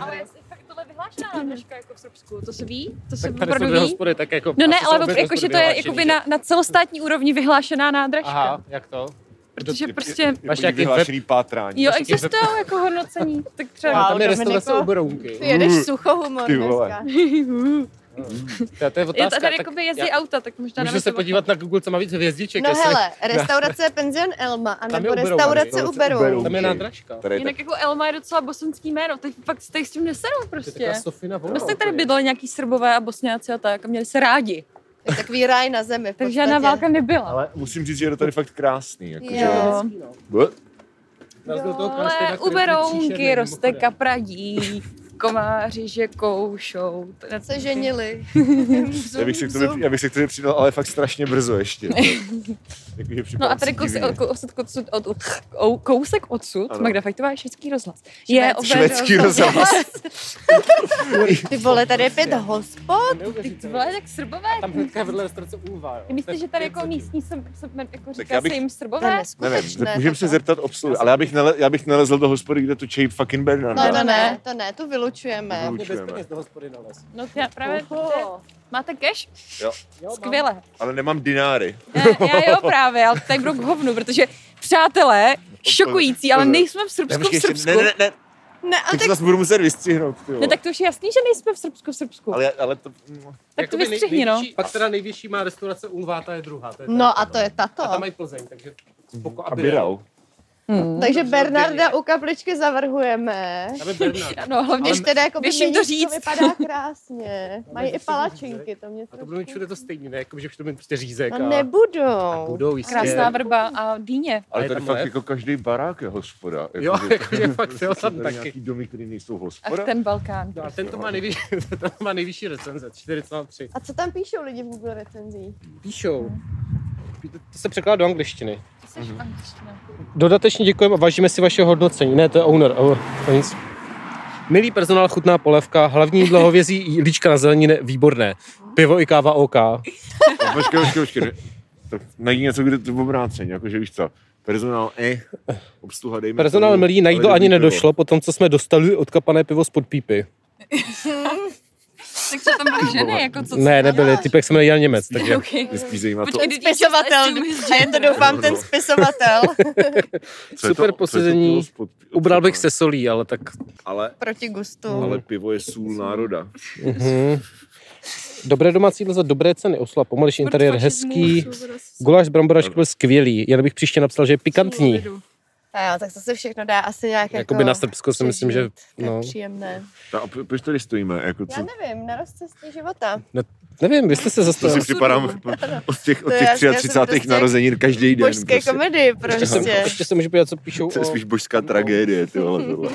Speaker 5: Ale jestli fakt tohle je vyhlášená nádražka jako v Srbsku, to se ví? To se
Speaker 1: Tak tady jsou
Speaker 5: opravdu
Speaker 1: dvě
Speaker 5: ví?
Speaker 1: hospody, tak jako...
Speaker 5: No ne,
Speaker 1: asi jsou
Speaker 5: ale
Speaker 1: obě
Speaker 5: opr-
Speaker 1: dvě
Speaker 5: jakože
Speaker 1: hospody
Speaker 5: to je
Speaker 1: vyhlášený,
Speaker 5: jakoby
Speaker 1: že-
Speaker 5: na, na celostátní úrovni vyhlášená nádražka.
Speaker 1: Aha, jak to?
Speaker 5: Protože prostě...
Speaker 1: Máš
Speaker 3: nějaký
Speaker 1: nějaký
Speaker 3: vyhlášený pátrání.
Speaker 5: Jo, existují jako hodnocení, tak třeba...
Speaker 1: Ale tam je
Speaker 11: Wow,
Speaker 1: restaurace
Speaker 5: jako-
Speaker 11: Dominiko.
Speaker 1: u Borounky.
Speaker 2: Ty jedeš suchohumor
Speaker 3: Hmm. Ty vole.
Speaker 2: dneska.
Speaker 1: To je- To je
Speaker 5: Je
Speaker 1: otázka.
Speaker 5: to tady
Speaker 1: tak
Speaker 5: jakoby jezdí
Speaker 1: já-
Speaker 5: auta, tak možná
Speaker 1: Můžu
Speaker 5: dáme
Speaker 1: se
Speaker 5: třeba-
Speaker 1: podívat na Google, co má víc hvězdiček.
Speaker 2: No
Speaker 1: jestli-
Speaker 2: hele, restaurace Penzion Elma,
Speaker 1: u
Speaker 2: anebo
Speaker 1: Berouna,
Speaker 2: restaurace
Speaker 1: restaurace
Speaker 2: u
Speaker 1: u
Speaker 2: Berou.
Speaker 1: Tam je nádražka.
Speaker 3: Tady je tak,
Speaker 5: Jinak jako Elma je docela bosonský jméno, teď fakt se tady s tím neserou
Speaker 1: To je
Speaker 5: prostě.
Speaker 1: taková Sofina Volova.
Speaker 5: No, tak tady bydleli nějaký srbové a bosňáci a tak a měli se rádi.
Speaker 2: Je Takový ráj na zemi. v
Speaker 5: Takže žádná
Speaker 2: podstatě.
Speaker 5: válka nebyla.
Speaker 3: ale musím říct, že je to tady fakt krásný. Jako, že...
Speaker 2: Jo.
Speaker 3: Bl-
Speaker 1: Nás do toho krásně
Speaker 5: No, Ale
Speaker 1: tak
Speaker 5: u Berounky
Speaker 1: příšerný,
Speaker 5: roste
Speaker 1: mimochodem.
Speaker 5: kapradí, komáři, že koušou. Teda
Speaker 2: Se ženili.
Speaker 3: Já bych, se k tomu, já bych se k tomu přidal, ale fakt strašně brzo ještě. Jakože
Speaker 5: No
Speaker 3: připadá
Speaker 5: a tady
Speaker 3: si
Speaker 5: kousek,
Speaker 3: divně.
Speaker 5: od, kousek odsud, od, od, kousek odsud,
Speaker 3: Ano.
Speaker 5: Magda Fajtová je švédský rozhlas. Je o
Speaker 3: Švédský rozhlas.
Speaker 2: Ty vole, tady je pět hospod.
Speaker 5: Ty vole, tak srbové.
Speaker 1: Tam hnedka je vedle restaurace Úva, jo.
Speaker 5: Myslíš, že tady jako místní se, se jako říká
Speaker 3: bych-
Speaker 5: se jim
Speaker 2: To je
Speaker 5: srbové?
Speaker 3: Nevím,
Speaker 2: neskutečné.
Speaker 3: můžeme se
Speaker 2: takhle.
Speaker 3: zeptat obsluhy, ale já bych, nele, já bych nelezl do hospody, kde tu čejí fucking Bernarda.
Speaker 2: No to
Speaker 5: Ne.
Speaker 2: ne, to ne, tu vylučujeme.
Speaker 1: Mě bez
Speaker 3: Vylučujeme.
Speaker 1: peněz do hospody na les.
Speaker 5: No já právě,
Speaker 2: Oho.
Speaker 5: máte cash?
Speaker 3: Jo.
Speaker 5: Skvěle.
Speaker 3: Ale nemám dináry.
Speaker 5: Já, já jo právě, ale tady budu k hovnu, protože přátelé, šokující, ale nejsme v
Speaker 3: Ne,
Speaker 5: Srbsku
Speaker 3: počkej,
Speaker 5: v
Speaker 3: ještě,
Speaker 5: Srbsku.
Speaker 3: ne, ne, ne,
Speaker 2: Ne, ale
Speaker 3: teď
Speaker 2: tak No
Speaker 3: se zase budu muset vystřihnout. ty vole.
Speaker 5: Ne, No tak to už je jasný, že nejsme v Srbsku v Srbsku.
Speaker 3: No. Ale, ale to... mm,
Speaker 5: Tak to
Speaker 1: Jakoby nej-
Speaker 5: vystřihni, no.
Speaker 1: nejvyšší- Pak teda nejvyšší má restaurace Ulva, ta je druhá. je tady,
Speaker 2: No a to je tato.
Speaker 1: A tam mají Plzeň, takže spoko.
Speaker 3: A
Speaker 1: Birau.
Speaker 3: bydal.
Speaker 5: Hmm.
Speaker 2: Takže
Speaker 1: Dobře,
Speaker 2: Bernarda
Speaker 1: dobře.
Speaker 2: u kapličky zavrhujeme.
Speaker 1: Tam je Bernard.
Speaker 5: No, hlavně,
Speaker 2: Když teda jako
Speaker 5: Běž jim to říct.
Speaker 2: vypadá krásně. Mají i
Speaker 1: zase
Speaker 2: palačinky, to mě
Speaker 1: A to budou mít
Speaker 2: trošku...
Speaker 1: všude to stejný, ne? Jakoby, že všude mít prostě řízek.
Speaker 2: No
Speaker 1: A
Speaker 2: nebudou.
Speaker 1: budou jistě.
Speaker 5: krásná vrba a dýně.
Speaker 1: A
Speaker 3: Ale
Speaker 1: je
Speaker 3: tady
Speaker 1: tam
Speaker 3: fakt
Speaker 1: lev?
Speaker 3: jako každý barák je hospoda. Jako,
Speaker 1: Jo,
Speaker 3: že-
Speaker 1: jakože fakt, jo, tam
Speaker 3: Jsou tady
Speaker 1: taky.
Speaker 3: Nějaký domy, které nejsou hospoda.
Speaker 5: Ach, ten Balkán.
Speaker 1: No a tento má nejvyšší, tento má nejvyšší recenze, 4,3.
Speaker 2: A co tam píšou lidi v Google recenzích?
Speaker 1: Píšou. To se překládá do angličtiny.
Speaker 5: To seš
Speaker 3: Mhm.
Speaker 5: angličtina.
Speaker 1: Dodatečně děkujeme a vážíme si vaše hodnocení. Ne, to je owner. Oh, to nic. Milý personál, chutná polévka, hlavní jídlo hovězí, líčka na zelenině, výborné. Pivo i káva OK.
Speaker 3: No, Počkej, počkej, počkej. Tak najdi něco, kde to v obráceně, jakože víš co. Personál, eh, obsluha, dejme.
Speaker 1: Personál
Speaker 3: tady,
Speaker 1: milý, na
Speaker 3: ale
Speaker 1: jídlo
Speaker 3: dobrý
Speaker 1: ani
Speaker 3: pivo.
Speaker 1: nedošlo, po tom, co jsme dostali odkapané pivo spod pípy.
Speaker 5: Takže tam byly ženy, jako co?
Speaker 1: Ne, nebyly, typek se jmenuje Jan Němec, takže
Speaker 5: Okay.
Speaker 3: Mě spíš zajímá to,
Speaker 5: Počkej, ty
Speaker 2: Spisovatel. A je to doufám ten spisovatel.
Speaker 3: co je to,
Speaker 1: super posezení.
Speaker 3: co je to pivo spod-
Speaker 1: ubral bych se solí, ale tak...
Speaker 3: Ale,
Speaker 2: Proti gustu.
Speaker 3: ale pivo je sůl národa.
Speaker 1: Mhm. Dobré domácí jídlo za dobré ceny, osla pomalejší interiér hezký. Guláš z bramboračky byl skvělý, jen bych příště napsal, že je pikantní.
Speaker 2: A jo, tak to se všechno dá asi nějak
Speaker 1: Jakoby
Speaker 2: jako
Speaker 1: na Srbsko si myslím, že...
Speaker 2: přežít. To je
Speaker 1: No.
Speaker 2: příjemné.
Speaker 3: Ta, a pro- proč tady stojíme? Jako,
Speaker 2: Já
Speaker 3: co,
Speaker 2: nevím, na rozcestí života.
Speaker 1: Nevím, vy jste se
Speaker 3: to si
Speaker 1: zastavili.
Speaker 3: připadám od těch, od
Speaker 2: To
Speaker 3: těch
Speaker 2: já- já jsem
Speaker 3: 33.
Speaker 2: prostě
Speaker 3: narozenin každý den.
Speaker 2: Božské
Speaker 3: Prostě.
Speaker 2: komedii
Speaker 1: Ještě se,
Speaker 2: prostě.
Speaker 1: ještě se můžu podívat, co píšou
Speaker 3: To je
Speaker 1: o
Speaker 3: spíš božská tragédie, ty vole. tohle.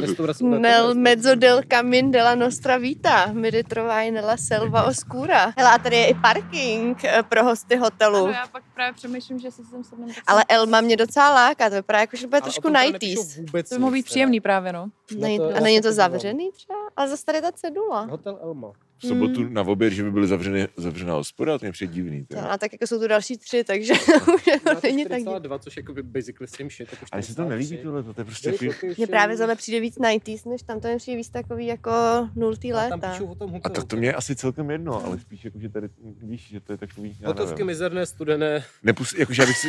Speaker 1: restauraci.
Speaker 2: Nel mezzo del camin della nostra vita, midi trovai nella selva oscura. Hele, a tady je i parking eh, pro hosty hotelu.
Speaker 5: Ano, já pak právě přemýšlím, že se sem se mnou
Speaker 2: Ale Elma mě docela láká, to vypadá jako, že to bude trošku nighties.
Speaker 1: Vůbec
Speaker 5: To by mohlo být
Speaker 1: nic,
Speaker 5: příjemný právě, no.
Speaker 2: Není,
Speaker 1: to
Speaker 2: a
Speaker 1: já
Speaker 2: není
Speaker 1: se
Speaker 2: to
Speaker 1: podívám.
Speaker 2: zavřený třeba? Ale zase tady je ta
Speaker 1: teda.
Speaker 2: cedula.
Speaker 1: Hotel Elma.
Speaker 3: V sobotu na oběd, že by byly zavřené, zavřená hospoda, to je před divný. ty vole.
Speaker 2: A tak jako jsou tu další tři, takže už to není tak divný.
Speaker 1: 42, což jako by basically same shit. tak už
Speaker 3: Ale se to nelíbí tohle, to je prostě... takový-
Speaker 2: Mně právě zrovna přijde víc 90s, než tam to mi přijde víc takový jako nultý
Speaker 1: Tam
Speaker 2: léta.
Speaker 1: píšou o tom
Speaker 3: A
Speaker 1: hotelu.
Speaker 3: tak to mě je asi celkem jedno, ale spíš jako, že tady, víš, že to je takový, já
Speaker 1: Hotovky
Speaker 3: nevím.
Speaker 1: mizerné, studené.
Speaker 3: Nepus, jakože, já bych si,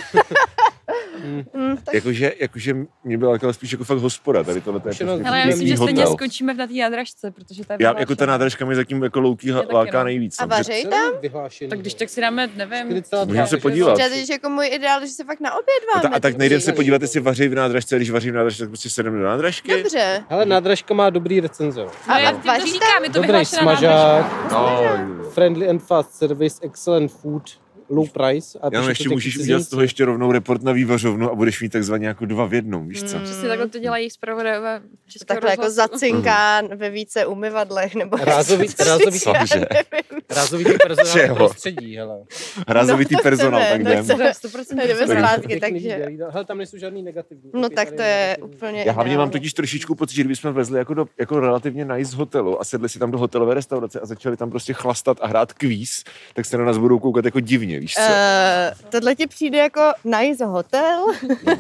Speaker 2: Mm, tak
Speaker 3: jakože, jakože mě byla jako spíš jako fakt hospoda, tady tohle to je
Speaker 1: Zkušenost.
Speaker 3: prostě
Speaker 5: Ale já myslím, že
Speaker 3: hotel.
Speaker 5: stejně skončíme na té jadražce, protože ta je
Speaker 3: Já,
Speaker 5: vyhlášená.
Speaker 3: jako ta nádražka mi zatím jako louký
Speaker 5: taky
Speaker 3: láká
Speaker 5: no.
Speaker 3: nejvíc.
Speaker 2: a
Speaker 3: no, protože-
Speaker 2: vařej tam?
Speaker 1: Celý Vyhlášení. no.
Speaker 5: Tak když tak si dáme, nevím,
Speaker 1: 42,
Speaker 3: Můžeme se
Speaker 1: takže-
Speaker 3: podívat.
Speaker 2: Třeba teď jako můj ideál, že se fakt na oběd
Speaker 3: a, ta,
Speaker 2: máme.
Speaker 3: a No tak nejdem se
Speaker 2: přijít.
Speaker 3: podívat, jestli vaří v nádražce, když vaří v nádražce, tak prostě sedem do nádražky.
Speaker 2: Dobře.
Speaker 1: Hele, nádražka má dobrý recenze. jo.
Speaker 5: No, já
Speaker 2: A
Speaker 5: ti to
Speaker 2: vaří tam?
Speaker 5: říkám, je to
Speaker 1: Dobrý
Speaker 5: vyhlášená nádražka.
Speaker 1: smažák,
Speaker 3: No,
Speaker 1: friendly and fast service, excellent food, low price. A
Speaker 3: já
Speaker 1: píše to
Speaker 3: ještě
Speaker 1: taky
Speaker 3: můžeš
Speaker 1: cizinci.
Speaker 3: udělat z toho ještě rovnou report na vývařovnu a budeš mít takzvaně jako dva v jednom, víš co?
Speaker 5: Přesně takhle to dělají zpravodajové
Speaker 2: To
Speaker 5: Českého
Speaker 2: takhle jako
Speaker 5: rozhlasu.
Speaker 2: zacinká ve více umyvadlech, nebo
Speaker 1: Rázový-
Speaker 2: co
Speaker 1: rázový-
Speaker 2: říct, já
Speaker 3: Cože?
Speaker 2: nevím.
Speaker 1: Rázový personál
Speaker 3: Čeho?
Speaker 1: prostředí, hele.
Speaker 3: Hrazovitý
Speaker 2: No, to
Speaker 3: personál,
Speaker 2: chceme,
Speaker 3: tak
Speaker 2: to
Speaker 3: jdem.
Speaker 2: chceme.
Speaker 5: To je 100%
Speaker 2: Jdeme
Speaker 5: dobrý.
Speaker 2: zpátky,
Speaker 1: Pěkný
Speaker 2: takže...
Speaker 1: výběr. Hele, tam nejsou žádný negativní.
Speaker 2: No
Speaker 1: Opět
Speaker 2: tak
Speaker 1: tady
Speaker 2: to je
Speaker 1: negativní.
Speaker 2: úplně
Speaker 3: Já hlavně mám
Speaker 2: ideální.
Speaker 3: totiž trošičku pocit, že kdybychom vezli jako do jako relativně nice hotelu a sedli si tam do hotelové restaurace a začali tam prostě chlastat a hrát kvíz, tak se na nás budou koukat jako divně, víš co?
Speaker 2: Eh, tohle ti přijde jako nice hotel?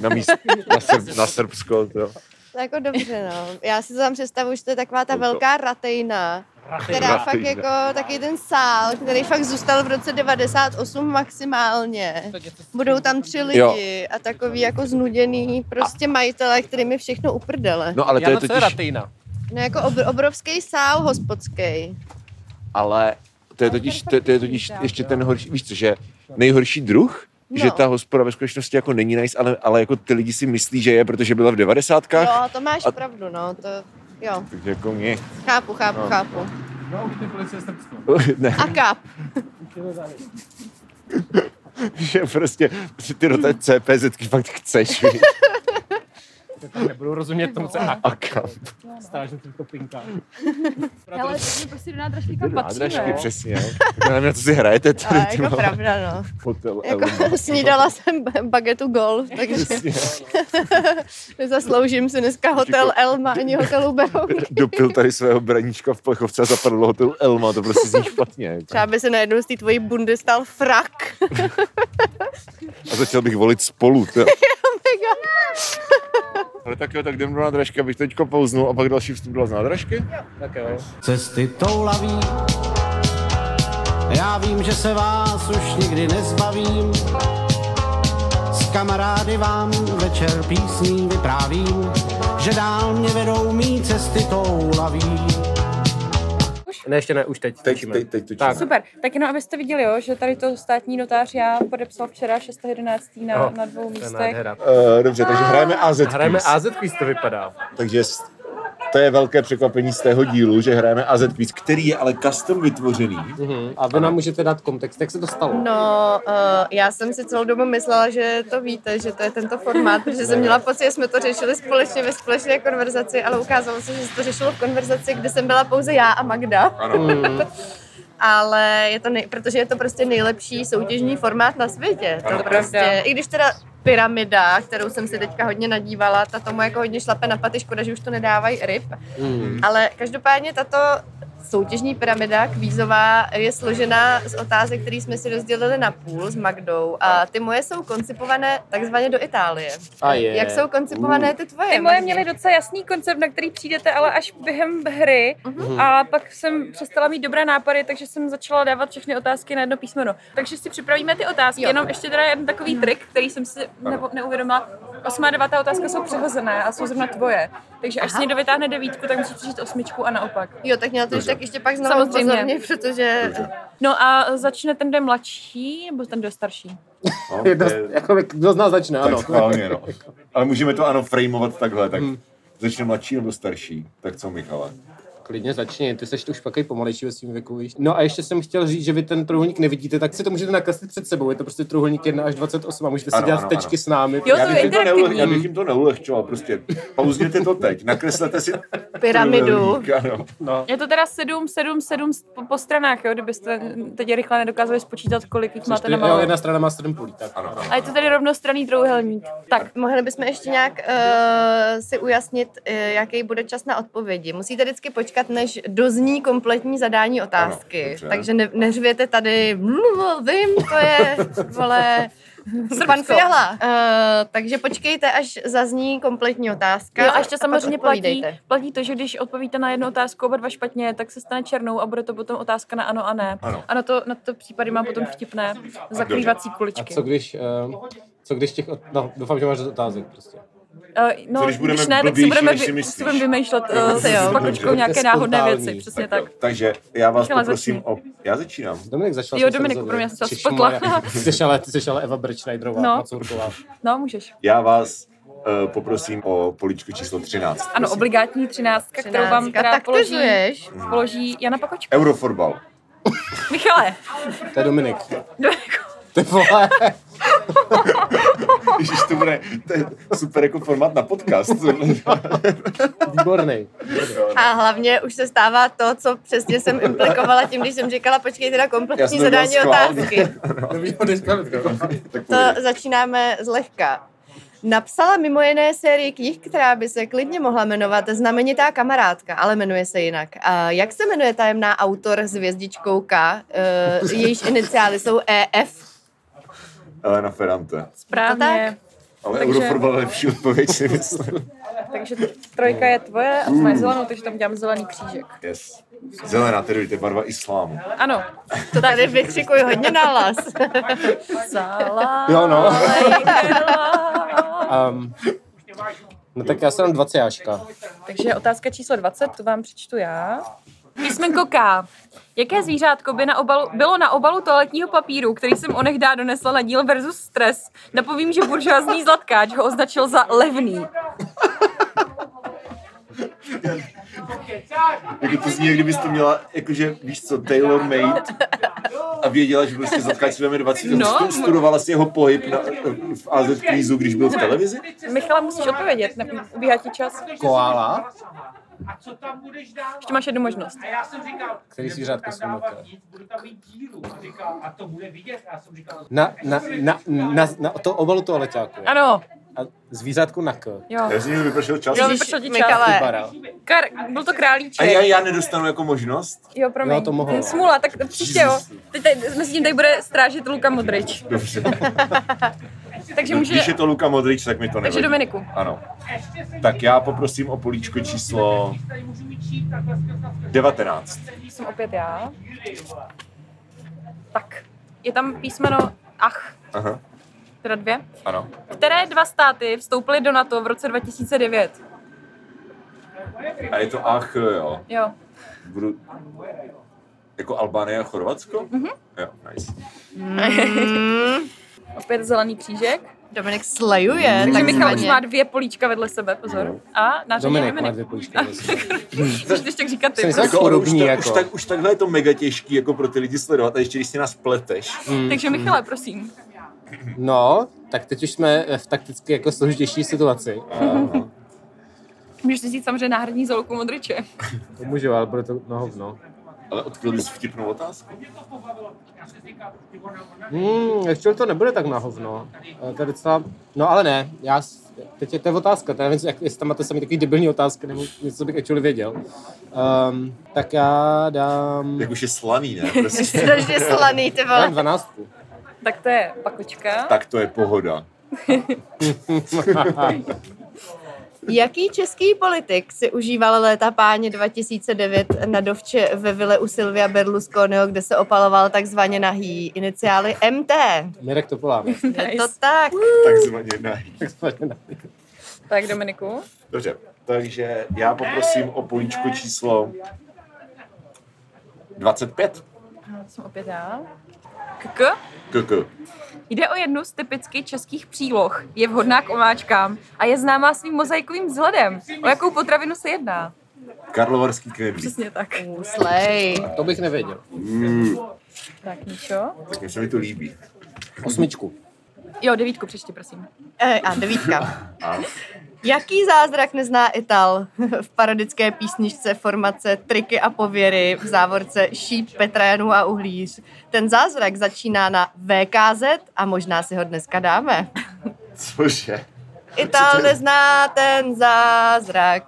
Speaker 3: Na, míst, na, Srb, na Srbsko, to.
Speaker 2: To jako dobře, no. Já si to tam představuji, že to je taková ta
Speaker 3: No to-
Speaker 2: velká ratejna. která fakt
Speaker 3: Rafting,
Speaker 2: jako taky ten sál, který fakt zůstal v roce 98 maximálně. Budou tam tři lidi a takový jako znuděný prostě majitele, kterým je všechno uprdele.
Speaker 3: No ale to je
Speaker 1: Jana, co je
Speaker 3: totiž,
Speaker 1: ratejna?
Speaker 2: No jako obr- obrovský sál hospodský.
Speaker 3: ale to je totiž, to, to je totiž ještě ten horší, víš co, že nejhorší druh,
Speaker 2: No.
Speaker 3: že ta hospoda ve skutečnosti jako není nice, ale, ale jako ty lidi si myslí, že je, protože byla v devadesátkách.
Speaker 2: Jo, to máš
Speaker 3: A-
Speaker 2: pravdu, no, to jo,
Speaker 3: Takže jako mě.
Speaker 2: chápu, chápu,
Speaker 3: No.
Speaker 2: chápu.
Speaker 12: No, už ty policie Srbsko.
Speaker 3: ne,
Speaker 2: A kap.
Speaker 3: že prostě že ty do té CPZky fakt chceš. víš.
Speaker 1: Nebudu rozumět tomu, co je
Speaker 3: A kam?
Speaker 1: stážem v topinkách.
Speaker 13: Hele, tak my prostě do nádražky kam
Speaker 3: Nádražky,
Speaker 13: patříme.
Speaker 3: přesně. jo. Já nevím, na co si hrajete tady.
Speaker 2: A
Speaker 3: ty
Speaker 2: jako
Speaker 3: vole.
Speaker 2: pravda, no.
Speaker 3: Hotel Elba.
Speaker 2: Jako snídala jsem ba- bagetu golf, takže
Speaker 3: Přesně.
Speaker 2: nezasloužím si dneska hotel Elma ani hotelu Beroun.
Speaker 3: Dopil tady svého braníčka v plechovce a zapadl do hotelu Elma, to prostě zní špatně. jako.
Speaker 2: Třeba by se najednou z té tvojí bundy stal frak.
Speaker 3: A začal bych volit spolu. To.
Speaker 2: Mega.
Speaker 3: Ale tak jo, tak jdem do nádražky, abych teďko pouznul a pak další vstup byla z nádražky.
Speaker 1: Tak jo.
Speaker 4: cesty toulaví. Já vím, že se vás už nikdy nezbavím, s kamarády vám večer písní vyprávím, že dál mě vedou mý cesty toulaví.
Speaker 1: Ne, ještě ne, už teď.
Speaker 14: Teď,
Speaker 1: točíme.
Speaker 14: teď, teď točíme.
Speaker 1: Tak.
Speaker 5: Super, tak jenom abyste viděli, jo, že tady to státní notář já podepsal včera 6.11. na,
Speaker 1: Aha.
Speaker 5: na dvou
Speaker 1: To je
Speaker 5: místech.
Speaker 1: nádhera.
Speaker 14: Uh, dobře, takže hrajeme AZ
Speaker 1: Hrajeme
Speaker 14: quiz.
Speaker 1: AZ quiz, to vypadá.
Speaker 14: Takže s- to je velké překvapení z tého dílu, že hrajeme AZ quiz, který je ale custom vytvořený.
Speaker 1: A vy nám můžete dát kontext, jak se to stalo.
Speaker 2: No, uh, já jsem si celou dobu myslela, že to víte, že to je tento formát, protože jsem měla pocit, že jsme to řešili společně ve společné konverzaci, ale ukázalo se, že se to řešilo v konverzaci, kde jsem byla pouze já a Magda. Mm. ale je to nej, protože je to prostě nejlepší soutěžní formát na světě. To prostě, I když teda pyramida, kterou jsem si teďka hodně nadívala, ta tomu jako hodně šlape na paty, škoda, že už to nedávají ryb.
Speaker 1: Hmm.
Speaker 2: Mm. Ale každopádně tato soutěžní pyramida kvízová je složená z otázek, které jsme si rozdělili na půl s Magdou a ty moje jsou koncipované takzvaně do Itálie.
Speaker 1: A je.
Speaker 2: Jak jsou koncipované ty tvoje?
Speaker 5: Ty moje
Speaker 2: Magdi?
Speaker 5: měly docela jasný koncept, na který přijdete, ale až během hry.
Speaker 1: Mhm.
Speaker 5: A pak jsem přestala mít dobré nápady, takže jsem začala dávat všechny otázky na jedno písmeno. Takže si připravíme ty otázky,
Speaker 2: Jo.
Speaker 5: jo. jenom ještě teda jeden takový trik, který jsem si nebo, neuvědomila. Osmá a devátá otázka jsou přehozené a jsou zrovna tvoje. Takže až si někdo vytáhne devítku, tak musíte říct osmičku a naopak.
Speaker 2: Jo, tak měla to tak ještě pak znovu
Speaker 5: Samozřejmě.
Speaker 2: pozorně, protože
Speaker 5: No a začne ten, kdo je mladší, nebo ten, kdo je starší?
Speaker 3: No,
Speaker 1: Je dost, jako, kdo z nás začne,
Speaker 14: Tak
Speaker 1: ano.
Speaker 14: schválně, no. Ale můžeme to ano frameovat takhle, tak začne mladší nebo starší. Tak co, Michale?
Speaker 1: Klidně začni, ty seš tu už takový pomalejší ve svým věku, víš. No a ještě jsem chtěl říct, že vy ten trojuhelník nevidíte, tak si to můžete nakreslit před sebou. Je to prostě trojuhelník 1 až 28 a můžete si
Speaker 14: Ano,
Speaker 1: dělat
Speaker 14: ano,
Speaker 1: tečky
Speaker 14: ano.
Speaker 1: s námi.
Speaker 14: Já
Speaker 5: Jo, to je
Speaker 14: bych, jim to neule-
Speaker 5: interaktivní.
Speaker 14: já bych jim to neulehčoval, prostě pauzněte to teď, nakreslete si
Speaker 2: pyramidu.
Speaker 14: Ano.
Speaker 5: Je to teda 7, 7, 7 po, po stranách, jo, kdybyste teď rychle nedokázali spočítat, kolik jich máte na
Speaker 1: jo, jedna strana má 7 půlí, tak. Ano.
Speaker 5: A je to tady rovnostranný trouhelník. Tak,
Speaker 2: Mohli bychom ještě nějak uh, si ujasnit, uh, jaký bude čas na odpovědi. Musíte vždycky počkat, než dozní kompletní zadání
Speaker 14: Ano,
Speaker 2: otázky.
Speaker 14: dobře.
Speaker 2: Ano, Takže ne, neřvěte tady, "Mluv, vím, to je, vole, pan Fiala. Uh, takže počkejte, až zazní kompletní otázka.
Speaker 5: jo, a ještě
Speaker 2: pak
Speaker 5: samozřejmě platí,
Speaker 2: odpovídejte.
Speaker 5: platí to, že když odpovíte na jednu otázku oba dva špatně, tak se stane černou a bude to potom otázka na ano a ne.
Speaker 14: Ano.
Speaker 5: A na to, na to případy mám potom vtipné zakrývací
Speaker 1: A
Speaker 5: kuličky.
Speaker 1: co když, uh, co když těch, od... no, doufám, že máš dost otázek prostě.
Speaker 5: Eh, no,
Speaker 14: Co když budeme
Speaker 5: když ne, tak si
Speaker 14: blbější,
Speaker 5: budeme,
Speaker 14: než si
Speaker 5: vy,
Speaker 14: myslíš?
Speaker 5: si budeme vymýšlet uh,
Speaker 2: to
Speaker 5: s
Speaker 2: jo.
Speaker 5: pakočkou nějaké
Speaker 1: To je
Speaker 5: náhodné
Speaker 1: spontánní.
Speaker 5: věci, přesně tak.
Speaker 14: Tak, takže já vás
Speaker 5: Michale,
Speaker 14: poprosím
Speaker 5: začni.
Speaker 14: o... Já začínám.
Speaker 1: Dominik začal.
Speaker 5: Jo, Dominiku, pro mě se to spotla.
Speaker 1: Ty jsi ale, ty jsi ale Eva Brčnajderová,
Speaker 5: No.
Speaker 1: no. Macourková.
Speaker 5: No, můžeš.
Speaker 14: Já vás eh, poprosím o poličku číslo 13.
Speaker 5: Ano, obligátní třináctka, kterou vám
Speaker 2: Třináctka.
Speaker 5: teda
Speaker 2: Tak
Speaker 5: položí,
Speaker 2: tyžuješ.
Speaker 5: položí Jana Pakočka.
Speaker 14: Eurofotbal.
Speaker 5: Michale,
Speaker 1: To je Dominik.
Speaker 5: Dominiku,
Speaker 1: Ty vole.
Speaker 14: Ježiš, to bude to je super jako formát na podcast.
Speaker 1: Výborný.
Speaker 2: A hlavně už se stává to, co přesně jsem implikovala tím, když jsem říkala, počkejte na
Speaker 14: Já jsem
Speaker 2: kompletní
Speaker 14: to dělal
Speaker 2: zadání
Speaker 14: schválně.
Speaker 2: otázky.
Speaker 14: tak
Speaker 2: To začínáme zlehka. Napsala mimo jiné sérii knih, která by se klidně mohla jmenovat Znamenitá kamarádka, ale jmenuje se jinak. A jak se jmenuje tajemná autor s hvězdičkou K, eh, E jejíž iniciály jsou EF?
Speaker 14: Elena Ferrante.
Speaker 5: správně.
Speaker 2: tak?
Speaker 3: Ale
Speaker 5: Takže-
Speaker 3: takže... Euroforma má lepší odpověď, si myslím.
Speaker 5: Takže trojka je tvoje a má zelenou, takže tam dělám zelený křížek.
Speaker 3: Yes. Zelená, tedy to je barva islámu.
Speaker 5: Ano.
Speaker 2: To tady vykřikuji hodně na las.
Speaker 5: Zala.
Speaker 1: Jo, no. Um, no tak já jsem dám 20 jáška.
Speaker 5: Takže otázka číslo 20, tu vám přečtu já. Písmenko K. Jaké zvířátko by na obalu, bylo na obalu toaletního papíru, který jsem onehdá donesla na díl versus stres? Napovím, že buržoazní zlatkáč ho označil za levný.
Speaker 3: Jako to zní, jak kdybys to měla, jakože, víš co, tailor made a věděla, že prostě zatkáč si vezme 20
Speaker 5: No.
Speaker 3: no. studovala si jeho pohyb na, v AZ kvízu, když byl v televizi.
Speaker 5: Michala, musíš odpovědět, ne, ubíhá ti čas.
Speaker 1: Koala,
Speaker 5: Ještě máš jednu možnost.
Speaker 1: který zvířátko jsem měl. Na, na, na, na, na, to obalu toho letáku.
Speaker 5: Ano,
Speaker 1: A zvířátku na k.
Speaker 5: jo.
Speaker 3: Já jsem mi vypršel čas.
Speaker 5: Jo, vypršel ti čas.
Speaker 2: Michale.
Speaker 1: Bara.
Speaker 5: Kar, byl to
Speaker 3: A já,
Speaker 5: králíček.
Speaker 3: já nedostanu jako možnost?
Speaker 5: Jo, promiň.
Speaker 1: Jo, to mohlo.
Speaker 5: Smula, tak příště jo. Teď, teď, mezi tím tady bude strážit Luka Modrič.
Speaker 3: Dobře.
Speaker 5: Takže
Speaker 3: Když
Speaker 5: může...
Speaker 3: je to Luka Modrič, tak mi to
Speaker 5: Takže
Speaker 3: nevadí.
Speaker 5: Dominiku.
Speaker 3: Ano. Tak já poprosím o políčko číslo 19.
Speaker 5: Jsem opět já. Tak, je tam písmeno Ach,
Speaker 3: Aha,
Speaker 5: teda dvě.
Speaker 3: ano.
Speaker 5: Které dva státy vstoupily do NATO v roce 2009?
Speaker 3: A je to ach, jo.
Speaker 5: Jo.
Speaker 3: Budu... Jako Albánie a Chorvatsko?
Speaker 5: Mhm.
Speaker 3: Mm-hmm. Jo, nice.
Speaker 5: Opět zelený křížek.
Speaker 2: Dominik slejuje.
Speaker 5: Takže
Speaker 2: tak
Speaker 5: Michal už má dvě políčka vedle sebe, pozor. A na řadě je
Speaker 1: Dominik má
Speaker 5: Dominik. Hm.
Speaker 1: dvě pojíčky.
Speaker 5: Když když tak říkat ty.
Speaker 1: Jsem
Speaker 5: prostě.
Speaker 1: Tak podobný
Speaker 3: už, ta-
Speaker 1: jako.
Speaker 3: už, tak, už takhle je to mega těžký jako pro ty lidi sledovat a ještě když si nás pleteš.
Speaker 1: Mhm.
Speaker 5: Hm. Takže Michale, prosím.
Speaker 1: No, tak teď už jsme v takticky jako složitější situaci.
Speaker 5: Můžeš si říct samozřejmě náhradní za Luku Modriče.
Speaker 1: Můžu, ale bude to no hovno.
Speaker 3: Ale odkryl bys vtipnou otázku?
Speaker 1: Hmm, ještě to nebude tak na hovno. Eh, To je docela... No ale ne, já... s- Teď je to je otázka, to já nevím, jak, jestli tam máte sami takový debilní otázky, nebo něco bych actually věděl. Um, tak já dám...
Speaker 3: Jak už je slaný, ne? Prostě.
Speaker 2: Strašně slaný, ty
Speaker 1: Dám
Speaker 2: vole.
Speaker 1: dvanáctku.
Speaker 5: Tak to je pakočka.
Speaker 3: tak to je pohoda.
Speaker 2: Jaký český politik si užíval léta páně 2009 na dovče ve vile u Silvia Berlusconiho, kde se opaloval takzvaně nahý iniciály MT?
Speaker 1: Mirek Topolánek.
Speaker 2: Je to tak.
Speaker 3: Takzvaně ne.
Speaker 5: Tak Dominiku.
Speaker 3: Dobře, takže já poprosím o políčko číslo 25.
Speaker 5: No, Jsem opět já. KK.
Speaker 3: KK.
Speaker 5: Jde o jednu z typicky českých příloh. Je vhodná k omáčkám a je známá svým mozaikovým vzhledem. O jakou potravinu se jedná?
Speaker 3: Karlovarský knedlík.
Speaker 5: Přesně tak.
Speaker 2: Slej.
Speaker 1: To bych nevěděl.
Speaker 5: Tak, Míšo.
Speaker 3: Tak mi se mi to líbí.
Speaker 1: Osmičku.
Speaker 5: Jo, devítku přečti, prosím.
Speaker 2: E, a devítka. Jaký zázrak nezná Ital v parodické písničce formace Triky a pověry v závorce Šíp, Petrajanů a Uhlíř? Ten zázrak začíná na VKZ a možná si ho dneska dáme.
Speaker 3: Cože?
Speaker 2: Ital nezná ten zázrak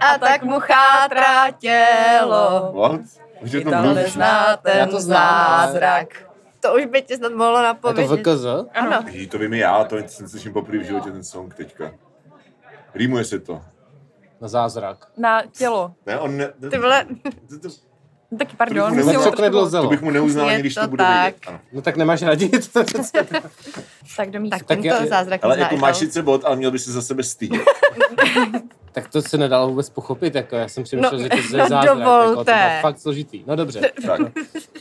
Speaker 2: a, tak,
Speaker 5: tak
Speaker 2: mu chátrá tělo.
Speaker 3: What? Už je to
Speaker 5: Ital
Speaker 3: mluvíš?
Speaker 2: Nezná
Speaker 1: Já
Speaker 2: ten
Speaker 1: to znám.
Speaker 2: zázrak. To už by tě snad mohlo
Speaker 1: Je to
Speaker 2: napovědět.
Speaker 1: VKZ?
Speaker 2: Ano.
Speaker 3: Ježí, to vím i já, to jsem slyším poprvé v životě ten song teďka. Rýmuje se to.
Speaker 1: Na zázrak.
Speaker 5: Na tělo.
Speaker 3: Ne, on ne...
Speaker 2: Ty vole,
Speaker 3: To, to,
Speaker 5: No, Taky pardon.
Speaker 3: To bych
Speaker 5: musím
Speaker 3: nemohl
Speaker 5: ho
Speaker 1: Co
Speaker 5: trošku-
Speaker 1: knedlo
Speaker 3: to
Speaker 1: zelo?
Speaker 3: bych mu neuznal,
Speaker 2: Je
Speaker 3: ani když
Speaker 2: to
Speaker 3: to bude
Speaker 2: tak.
Speaker 3: vědět. Ano.
Speaker 1: No tak nemáš radit.
Speaker 5: Tak do místa.
Speaker 2: tak ten
Speaker 1: já-
Speaker 2: to zázrak
Speaker 3: Ale
Speaker 2: nezná
Speaker 3: jako
Speaker 2: Ital.
Speaker 3: máš sice bod, ale měl by se za sebe stydět.
Speaker 1: tak to se nedalo vůbec pochopit, jako já jsem přemýšlel,
Speaker 2: No,
Speaker 1: že to je
Speaker 2: no
Speaker 1: zázrak. Jako, to
Speaker 2: dovolte.
Speaker 1: bylo fakt složitý. No dobře,
Speaker 3: tak.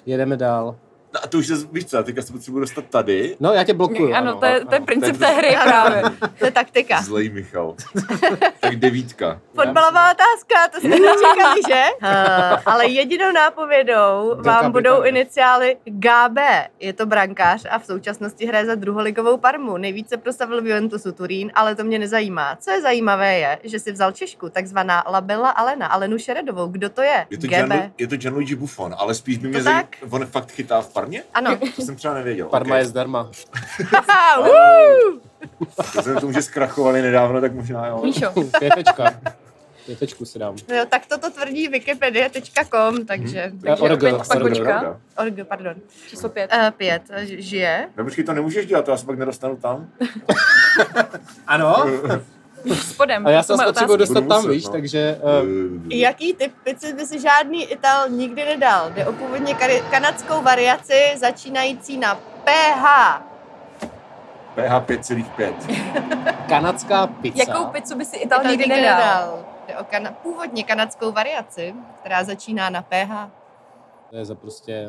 Speaker 1: jedeme dál.
Speaker 3: No a to už je, víš co, já teďka se potřebuji dostat tady.
Speaker 1: No já tě blokuju.
Speaker 5: Ano, to je, to je
Speaker 1: ano.
Speaker 5: princip té hry právě.
Speaker 2: To je taktika.
Speaker 3: Zlej Michal. tak devítka.
Speaker 2: Fotbalová otázka, to jste nečekali, že? Uh, ale jedinou nápovědou vám
Speaker 1: kapitána.
Speaker 2: budou iniciály GB. Je to brankář a v současnosti hraje za druholigovou Parmu. Nejvíce proslavil v Juventusu Turín, ale to mě nezajímá. Co je zajímavé je, že si vzal Češku, takzvaná Labella Alena, Alenu Šeredovou. Kdo to je?
Speaker 3: Je to, Gianlu,
Speaker 2: GB.
Speaker 3: je to Gianluigi Buffon, ale spíš by mě
Speaker 2: To
Speaker 3: zajímalo,
Speaker 2: tak.
Speaker 3: on fakt chytá v parně?
Speaker 2: Ano.
Speaker 3: To jsem třeba nevěděl.
Speaker 1: Parma
Speaker 3: okay.
Speaker 1: je zdarma.
Speaker 2: Haha, woo!
Speaker 3: Vzhledem k tomu, že zkrachovali nedávno, tak možná jo.
Speaker 5: Míšo,
Speaker 1: Pětečka. Větečku si dám.
Speaker 2: Jo, tak toto tvrdí wikipedia.com, takže...
Speaker 3: Mhm.
Speaker 1: Eh, Org.
Speaker 5: Org.
Speaker 1: Org.
Speaker 5: Počka.
Speaker 3: Pravda.
Speaker 2: Org, pardon.
Speaker 5: Číslo pět.
Speaker 2: Eh, pět, ž- žije.
Speaker 3: No počkej, to nemůžeš dělat, to já se pak nedostanu tam.
Speaker 1: Ano,
Speaker 5: Spodem.
Speaker 1: ale já se
Speaker 5: jsou moje
Speaker 1: vás potřebuji
Speaker 5: otázky.
Speaker 1: dostat
Speaker 3: Budu
Speaker 1: tam,
Speaker 3: muset,
Speaker 1: víš,
Speaker 3: no.
Speaker 1: takže... eh,
Speaker 2: Jaký typ pizzy by si žádný Ital nikdy nedal? Jde o původně kari- kanadskou variaci začínající na PH.
Speaker 3: PH 5,5.
Speaker 1: Kanadská pizza.
Speaker 5: Jakou pizzu by si Ital
Speaker 2: Ital
Speaker 5: nikdy nedal?
Speaker 2: Jde o kana- původně kanadskou variaci, která začíná na PH.
Speaker 1: To je za prostě...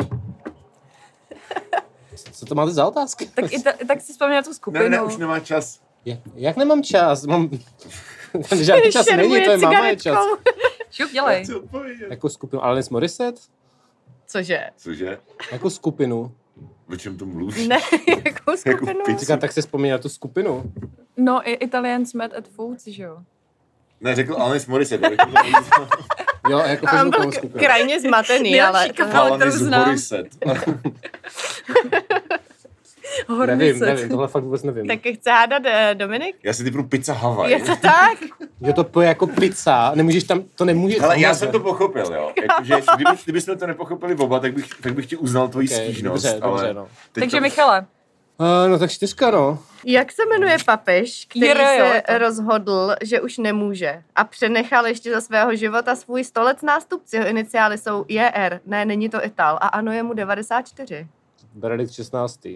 Speaker 1: Co to máte za otázky?
Speaker 5: Tak, Ita- tak si vzpomněl na tu
Speaker 3: Ne, ne,
Speaker 5: skupinu.
Speaker 3: už nemá čas.
Speaker 1: Jak, jak nemám čas? Mám... Žádný čas není,
Speaker 2: Šermuje
Speaker 1: to je máma je čas.
Speaker 2: cigaretkou.
Speaker 5: Šup, dělej.
Speaker 3: Chci odpovědět.
Speaker 1: Jakou skupinu? Alanis Morissette?
Speaker 2: Cože?
Speaker 3: Cože?
Speaker 1: Jakou skupinu?
Speaker 3: O čem to mluvíš? Jako
Speaker 2: Ne, jakou skupinu?
Speaker 3: pizzu.
Speaker 1: Říká, tak si vzpomíná tu skupinu.
Speaker 5: No, i Italians mad at foods, že jo?
Speaker 3: Ne, řekl Alanis Morissette.
Speaker 1: Jo, jako
Speaker 2: A on byl
Speaker 1: Facebookovou
Speaker 2: k-
Speaker 1: skupinu.
Speaker 2: krajně zmatený, ale...
Speaker 5: Nejlepší kapela, kterou
Speaker 3: Alanis
Speaker 5: znám.
Speaker 3: Morissette.
Speaker 1: Nevím,
Speaker 5: Hornicet.
Speaker 1: nevím, tohle fakt vůbec nevím.
Speaker 2: Taky chce hádat eh, Dominik?
Speaker 3: Já si typu pizza Hawaii.
Speaker 2: Je to tak?
Speaker 1: Jo, to poje jako pizza, nemůžeš tam, to nemůžeš.
Speaker 3: Ale já
Speaker 1: omazat.
Speaker 3: jsem to pochopil, jo. Jakože, kdyby, kdyby jsme to nepochopili oba, tak bych, tak bych ti uznal tvoji
Speaker 1: Ok,
Speaker 3: stížnost.
Speaker 1: Dobře,
Speaker 3: ale
Speaker 1: dobře, no.
Speaker 3: teď
Speaker 5: Takže
Speaker 3: to-
Speaker 5: Michale,
Speaker 1: Uh, no tak čtyřka, no.
Speaker 2: Jak se jmenuje papež, který
Speaker 5: Jero, jo, je
Speaker 2: se
Speaker 5: to.
Speaker 2: rozhodl, že už nemůže a přenechal ještě za svého života svůj stolec nástupci. Jeho iniciály jsou JR. Ne, není to Ital. A ano, je mu 94.
Speaker 1: Benedikt 16.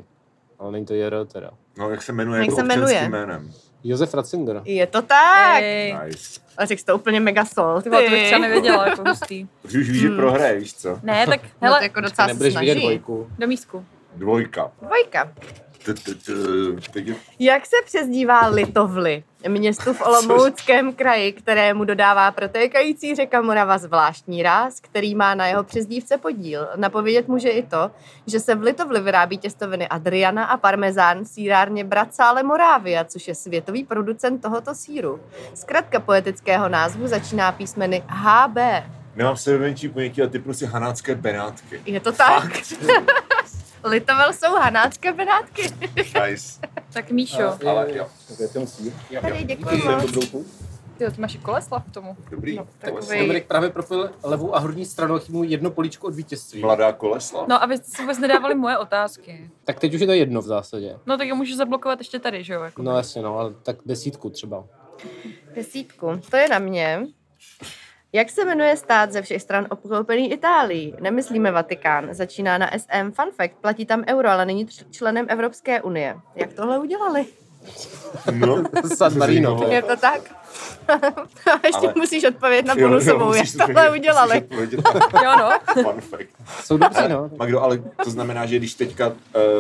Speaker 1: Ale není to Jero teda.
Speaker 3: No, jak se jmenuje,
Speaker 2: Jak
Speaker 3: jako
Speaker 2: se
Speaker 3: občanským
Speaker 2: jmenuje?
Speaker 3: jménem.
Speaker 1: Josef Ratzinger.
Speaker 2: Je to tak.
Speaker 5: ej,
Speaker 3: Nice.
Speaker 2: A řekl jsi to úplně mega sol.
Speaker 5: ty vole, to bych třeba nevěděla, jako hustý.
Speaker 3: Protože už víš,
Speaker 2: Hmm.
Speaker 3: že prohraje, víš co?
Speaker 5: Ne, tak
Speaker 2: No, to
Speaker 5: hele,
Speaker 2: jako docela se
Speaker 1: Nebudeš vidět
Speaker 2: snaží.
Speaker 1: dvojku.
Speaker 5: do místku.
Speaker 3: Dvojka.
Speaker 2: Dvojka.
Speaker 3: T- t- t- teď je-
Speaker 2: Jak se přezdívá Litovly, městu v Olomouckém kraji, kterému dodává protékající řeka Morava zvláštní ráz, který má na jeho přezdívce podíl? Napovědět může i to, že se v Litovli vyrábí těstoviny Adriana a parmezán v sírárně Bracále Moravia, což je světový producent tohoto síru. Zkratka poetického názvu začíná písmeny HB.
Speaker 3: Nemám sebe menší ponětí a typnu si prostě hanácké benátky.
Speaker 2: Je to tak? Litovel jsou hanácké benátky.
Speaker 3: Nice.
Speaker 5: Tak Míšo,
Speaker 3: Ale jo.
Speaker 2: Tady děkuji moc.
Speaker 5: ty ty máš i koleslav k tomu.
Speaker 3: Dobrý.
Speaker 5: No,
Speaker 3: Koleslav.
Speaker 5: takovej-
Speaker 1: Dominik právě profil levou a horní stranou a chybí mu jedno políčko od vítězství.
Speaker 3: Mladá Koleslav.
Speaker 5: No a vy jste si vůbec nedávali moje otázky.
Speaker 1: Tak teď už je to jedno v zásadě.
Speaker 5: No tak je můžu zablokovat ještě tady, že jo? Jako.
Speaker 1: No jasně, no, ale tak desítku třeba.
Speaker 2: Desítku, to je na mě. Jak se jmenuje stát ze všech stran obklopený Itálií? Nemyslíme Vatikán, začíná na SM. Fun fact, platí tam euro, ale není tř- členem Evropské unie. Jak tohle udělali?
Speaker 3: No.
Speaker 1: San Marino.
Speaker 3: Zajímavé.
Speaker 2: Je to tak? A ještě
Speaker 3: Ale-
Speaker 2: musíš odpovědět na
Speaker 3: Jo, jo,
Speaker 2: bonusovou, jak
Speaker 3: musíš
Speaker 2: tohle
Speaker 3: odpovědět- musíš
Speaker 2: udělali.
Speaker 3: odpovědět na
Speaker 5: Jo no,
Speaker 3: Fun fact.
Speaker 1: Jsou dobří, no.
Speaker 3: Magdo, ale to znamená, že když teďka uh,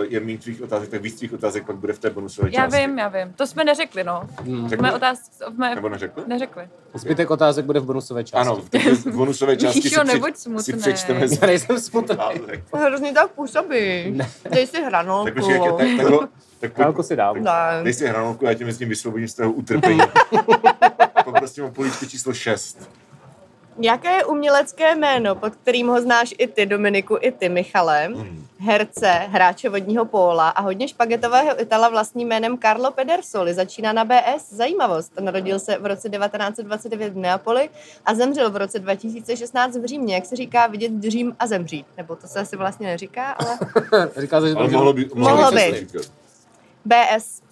Speaker 3: je méně tvých otázek, tak víc tvých otázek pak bude v té bonusové
Speaker 5: já
Speaker 3: části.
Speaker 5: vím, já vím. To jsme neřekli, no.
Speaker 1: Hmm.
Speaker 5: V mé otázce, v mé...
Speaker 3: Nebo neřekli?
Speaker 5: Neřekli.
Speaker 1: Zbytek otázek bude v bonusové části.
Speaker 3: Ano, v té bonusové části si,
Speaker 5: Míšo,
Speaker 3: přeč-
Speaker 5: nebuď
Speaker 3: si
Speaker 5: smutnej.
Speaker 3: přečteme z
Speaker 1: Já nejsem smutný.
Speaker 3: otázek.
Speaker 2: Hrozně tak působí. Dej si hranolku.
Speaker 3: Tak počkej, jak je, tak, tak, ho, tak pojď,
Speaker 1: Chvilku si dám.
Speaker 2: Ne.
Speaker 3: dej si hranolku, já tě mezi tím vysvobodím z toho utrpení. Poprosím o políčko číslo 6.
Speaker 2: Jaké je umělecké jméno, pod kterým ho znáš i ty, Dominiku, i ty, Michale?
Speaker 3: Hmm.
Speaker 2: Herce, hráče vodního póla a hodně špagetového Itala vlastním jménem Carlo Pedersoli. Začíná na BS. Zajímavost. Narodil se v roce 1929 v Neapoli a zemřel v roce 2016 v Římě. Jak se říká, vidět dřím a zemřít. Nebo to se asi vlastně neříká, ale
Speaker 1: Říká se, že to
Speaker 3: Ale
Speaker 1: může-
Speaker 3: mohlo by,
Speaker 2: Mohlo
Speaker 3: se
Speaker 2: by.
Speaker 3: říkat.
Speaker 2: BS.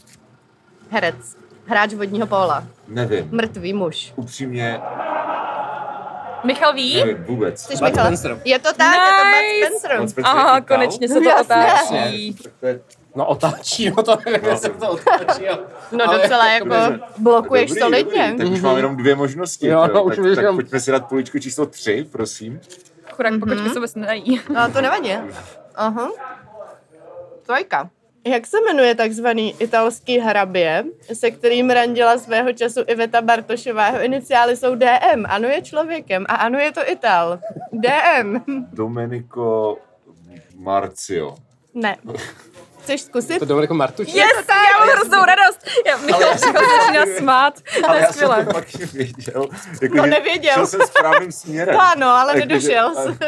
Speaker 2: Herec. Hráč vodního póla.
Speaker 3: Nevím.
Speaker 2: Mrtvý muž.
Speaker 3: Upřímně,
Speaker 5: Michal ví?
Speaker 3: nevím vůbec.
Speaker 2: Chceš,
Speaker 1: Bud
Speaker 2: Michale?
Speaker 1: Spencer.
Speaker 2: Je to tak, je to
Speaker 5: Nice.
Speaker 2: Bud Spencer.
Speaker 3: Moc pěkně
Speaker 5: Aha,
Speaker 3: chytal.
Speaker 5: konečně se to
Speaker 2: Jasně.
Speaker 5: otáčí.
Speaker 3: Tak to je
Speaker 1: No otáčí, no to nevím, jestli se to otáčí. ale-
Speaker 2: No
Speaker 1: ale-
Speaker 2: docela jako blokuješ
Speaker 3: Dobrý,
Speaker 2: solidně.
Speaker 3: dobrý, tak už mám jenom dvě možnosti.
Speaker 1: Jo,
Speaker 3: že
Speaker 1: no, už
Speaker 3: tak,
Speaker 1: víš,
Speaker 3: tak
Speaker 1: jenom-
Speaker 3: pojďme si dát poličku číslo tři, prosím.
Speaker 5: Chudák, pokud se vůbec nenají.
Speaker 2: No, to nevadí. Aha. Trojka. Jak se jmenuje takzvaný italský hrabě, se kterým randila svého času Iveta Bartošová? Jeho iniciály jsou DM. Ano je člověkem a ano je to Ital. DM.
Speaker 3: Domenico Marcio.
Speaker 2: Ne. Chceš zkusit?
Speaker 1: To Dominiku Martuši.
Speaker 5: Yes, já mám hroznou radost. Já, Michal Michal začíná smát. To
Speaker 3: Ale
Speaker 5: je
Speaker 3: já jsem
Speaker 5: skvělé.
Speaker 3: to fakt nevěděl. Jako,
Speaker 2: No,
Speaker 3: že
Speaker 2: nevěděl.
Speaker 3: Šel jsem správným směrem. Jako,
Speaker 2: To ano, ale
Speaker 3: Takže-
Speaker 2: nedošel. jsi.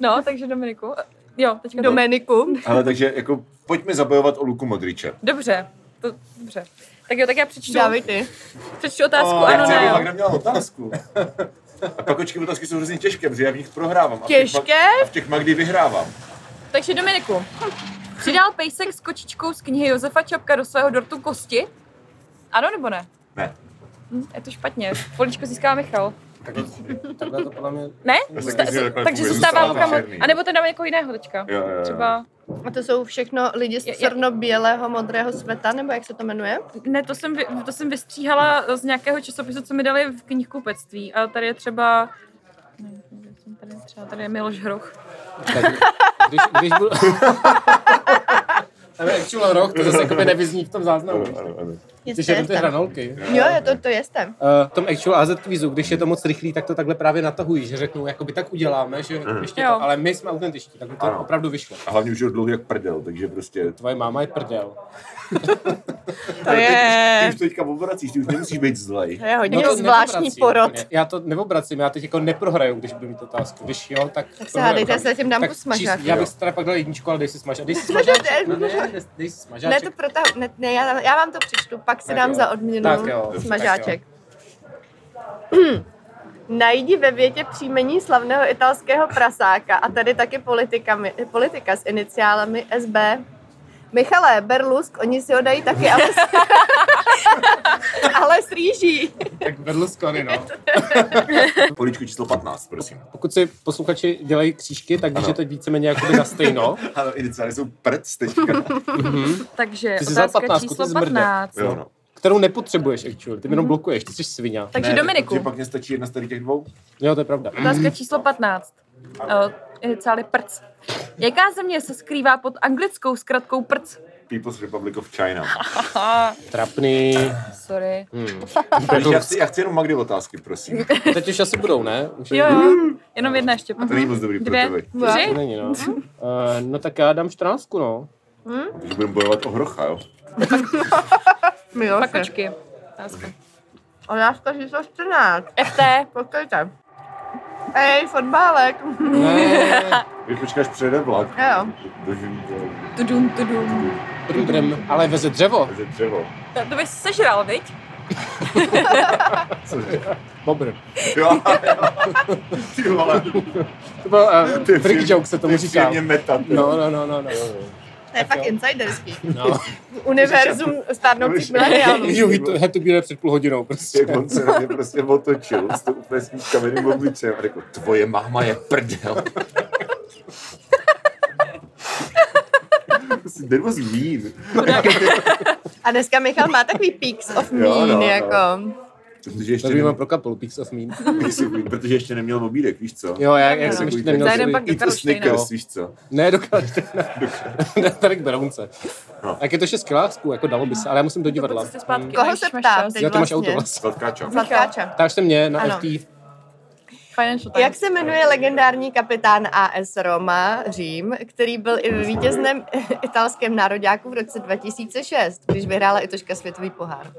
Speaker 5: No, takže Dominiku. Jo, teďka to-
Speaker 2: Domeniku.
Speaker 3: Ale takže jako pojďme zabojovat o Luku Modriče.
Speaker 5: Dobře, to, dobře. Tak jo, tak já přečtu,
Speaker 2: Dávej ty.
Speaker 5: přečtu otázku,
Speaker 3: Já
Speaker 5: ano,
Speaker 3: chci, aby
Speaker 5: ne.
Speaker 3: Magda měla otázku. A pak očky otázky jsou hrozně těžké, protože já v nich prohrávám. A v těch ma-
Speaker 15: Těžké?
Speaker 3: A v těch Magdy vyhrávám.
Speaker 5: Takže Dominiku, hm, přidal pejsek s kočičkou z knihy Josefa Čapka do svého dortu kosti? Ano nebo ne?
Speaker 3: Ne.
Speaker 5: Hm, je to špatně. Políčko získá Michal.
Speaker 1: Takhle to podle mě...
Speaker 5: Ne?
Speaker 3: Já jsem
Speaker 5: Zůsta-
Speaker 3: myslel, že takhle
Speaker 5: takže
Speaker 3: funguje.
Speaker 5: zůstává
Speaker 3: Zůstává
Speaker 5: Luka Mo-
Speaker 3: černý.
Speaker 5: A nebo ten dáme někoho jako jiného teďka.
Speaker 3: Jo, jo, jo.
Speaker 5: Třeba,
Speaker 2: A to jsou všechno lidi
Speaker 5: Je-
Speaker 2: z
Speaker 5: je-
Speaker 2: černobílého modrého světa, nebo jak se to jmenuje?
Speaker 5: ne, to jsem, vy- to jsem vystříhala z nějakého časopisu, co mi dali v knihkupectví. A tady je třeba... ne, kde jsem Tady, třeba tady je Miloš Hroch.
Speaker 1: Tak, když, když budu... Ale actual rock, to zase jakoby nevyzní v tom záznamu.
Speaker 3: Ano, ano, ano.
Speaker 1: Když jedu ty
Speaker 2: jestem.
Speaker 1: hranolky.
Speaker 2: Jo, jo, to, to jestem.
Speaker 1: Eh, v tom actual AZ kvízu, když je to moc rychlý, tak to takhle právě natahují, že řeknou, jakoby tak uděláme, že ještě
Speaker 5: Jo.
Speaker 1: to, ale my jsme autentičtí, tak to
Speaker 3: Ano.
Speaker 1: opravdu vyšlo.
Speaker 3: A hlavně už je dlouhý jak prdel, takže prostě...
Speaker 1: Tvoje máma je prdel.
Speaker 2: To je,
Speaker 3: Ty už to teďka obracíš, ty už nemusíš být zlej.
Speaker 2: to je hodně
Speaker 1: No to
Speaker 2: zvláštní
Speaker 1: neobracím
Speaker 2: porod.
Speaker 1: úplně. Já to neobracím, já teď jako neprohraju, když budu mít otázku. Když jo, tak...
Speaker 2: Tak se
Speaker 1: prohraju.
Speaker 2: hádejte, já se zatím dám
Speaker 1: Tak
Speaker 2: po smažák.
Speaker 1: čís- Já bych si teda pak dal jedničku, ale dej si smažák. Dej si
Speaker 2: Ne,
Speaker 1: smažáček.
Speaker 2: ne,
Speaker 1: No, ne, ne, dej si
Speaker 2: Ne,
Speaker 1: smažáček.
Speaker 2: to protahu, ne, ne já, já, vám to přečtu, pak si
Speaker 1: Tak
Speaker 2: dám
Speaker 1: jo.
Speaker 2: za odměnu
Speaker 1: Tak jo, tak
Speaker 2: smažáček. Hmm. Najdi ve větě příjmení slavného italského prasáka a tady taky politikami, politika s iniciálami SB. Michale, Berlusk, oni si ho dají taky, ale s, ale s rýží.
Speaker 1: Tak vedl z kory, no.
Speaker 3: Políčku číslo 15, prosím.
Speaker 1: Pokud si posluchači dělají křížky, tak když je to víceméně jakoby na stejno,
Speaker 3: Ano, iniciály jsou prc teďka.
Speaker 5: Takže
Speaker 1: Ty jsi vzal
Speaker 5: otázka
Speaker 1: 15,
Speaker 5: číslo
Speaker 1: to je zmrde.
Speaker 5: 15.
Speaker 3: Jo, no.
Speaker 1: kterou nepotřebuješ actually, ty mi jenom blokuješ, ty jsi svině.
Speaker 5: Takže
Speaker 3: Ne,
Speaker 5: Dominiku,
Speaker 3: Protože pak mě stačí jedna z tady těch dvou.
Speaker 1: Jo, to je pravda.
Speaker 5: otázka číslo 15. Uh, celý prc. Jaká země se skrývá pod anglickou zkratkou prc?
Speaker 3: People's Republic of China.
Speaker 1: Trapný. Hmm.
Speaker 5: Sorry.
Speaker 3: Takže já, chci, já chci jenom Magdy otázky, prosím.
Speaker 1: Teď už asi budou, ne? Už
Speaker 5: Jo, jo. Jenom jedna ještě.
Speaker 3: Mm. To není moc dobrý pro
Speaker 5: Dvě,
Speaker 3: tebe.
Speaker 5: tři.
Speaker 1: To není, no. Uh, no tak já dám 14, no.
Speaker 3: Takže budeme bojovat o hrocha, jo?
Speaker 2: Miloše,
Speaker 5: Pak kočky. Otázka.
Speaker 2: otázka číslo 14.
Speaker 5: FT.
Speaker 2: Počkejte. Ej, fotbálek.
Speaker 1: Ne,
Speaker 3: Když počkáš, přijede vlak.
Speaker 2: Jo.
Speaker 3: Do Žiliny,
Speaker 5: Tudum, tudum.
Speaker 1: prý brem, ale veze dřevo.
Speaker 3: ze dřevo.
Speaker 5: To, to bys sežral, viď?
Speaker 3: Cože?
Speaker 1: Bobr.
Speaker 3: Jo, jo. Ty vole.
Speaker 1: To byl uh,
Speaker 3: Ty
Speaker 1: freak joke se tomu
Speaker 3: ty
Speaker 1: říká.
Speaker 3: příjemně meta. ty.
Speaker 1: No, no, no, no, no.
Speaker 2: To je fakt insiderský.
Speaker 1: no.
Speaker 2: Univerzum stárnoucích mileniálů.
Speaker 1: You had to- had to be there před půl hodinou, prostě.
Speaker 3: Jak on se na mě prostě otočil s tou úplně svým kamenným obličejem a řekl, tvoje máma je prdel. Prostě That was mean.
Speaker 2: A dneska Michal má takový peaks of mean,
Speaker 3: Jo, no, no.
Speaker 2: jako.
Speaker 3: Protože ještě,
Speaker 1: Dobrý
Speaker 3: ne,
Speaker 1: mám pro kapelu, Peaks of Mean.
Speaker 3: protože ještě neměl obídek, víš co?
Speaker 1: Jo, no. já, jak jsem
Speaker 3: Takový
Speaker 1: ještě
Speaker 3: ten-
Speaker 1: neměl
Speaker 5: Zajdem
Speaker 1: svůj-
Speaker 5: pak do
Speaker 3: Eat a
Speaker 5: Karlštejna.
Speaker 3: Snickers, víš co?
Speaker 1: Ne, dokážu. Ne, tady k Berounce.
Speaker 3: No.
Speaker 1: Tak je to šest kilářků, jako dalo by se, ale já musím do divadla.
Speaker 5: Pojďte prostě zpátky.
Speaker 2: Koho
Speaker 5: Ježiš,
Speaker 2: se
Speaker 5: máš
Speaker 2: ptám
Speaker 5: čas.
Speaker 2: teď
Speaker 1: Jo, ty máš auto
Speaker 2: vlastně?
Speaker 1: vlastně.
Speaker 3: Sladká čau.
Speaker 2: Zlatkáča.
Speaker 1: Ptáš se mě na
Speaker 2: Ano.
Speaker 1: FT.
Speaker 5: Financial Times.
Speaker 2: Jak se jmenuje legendární kapitán AS Roma Řím, který byl i ve vítězném italském nároďáku v roce 2006, když vyhrála Itoška světový pohár.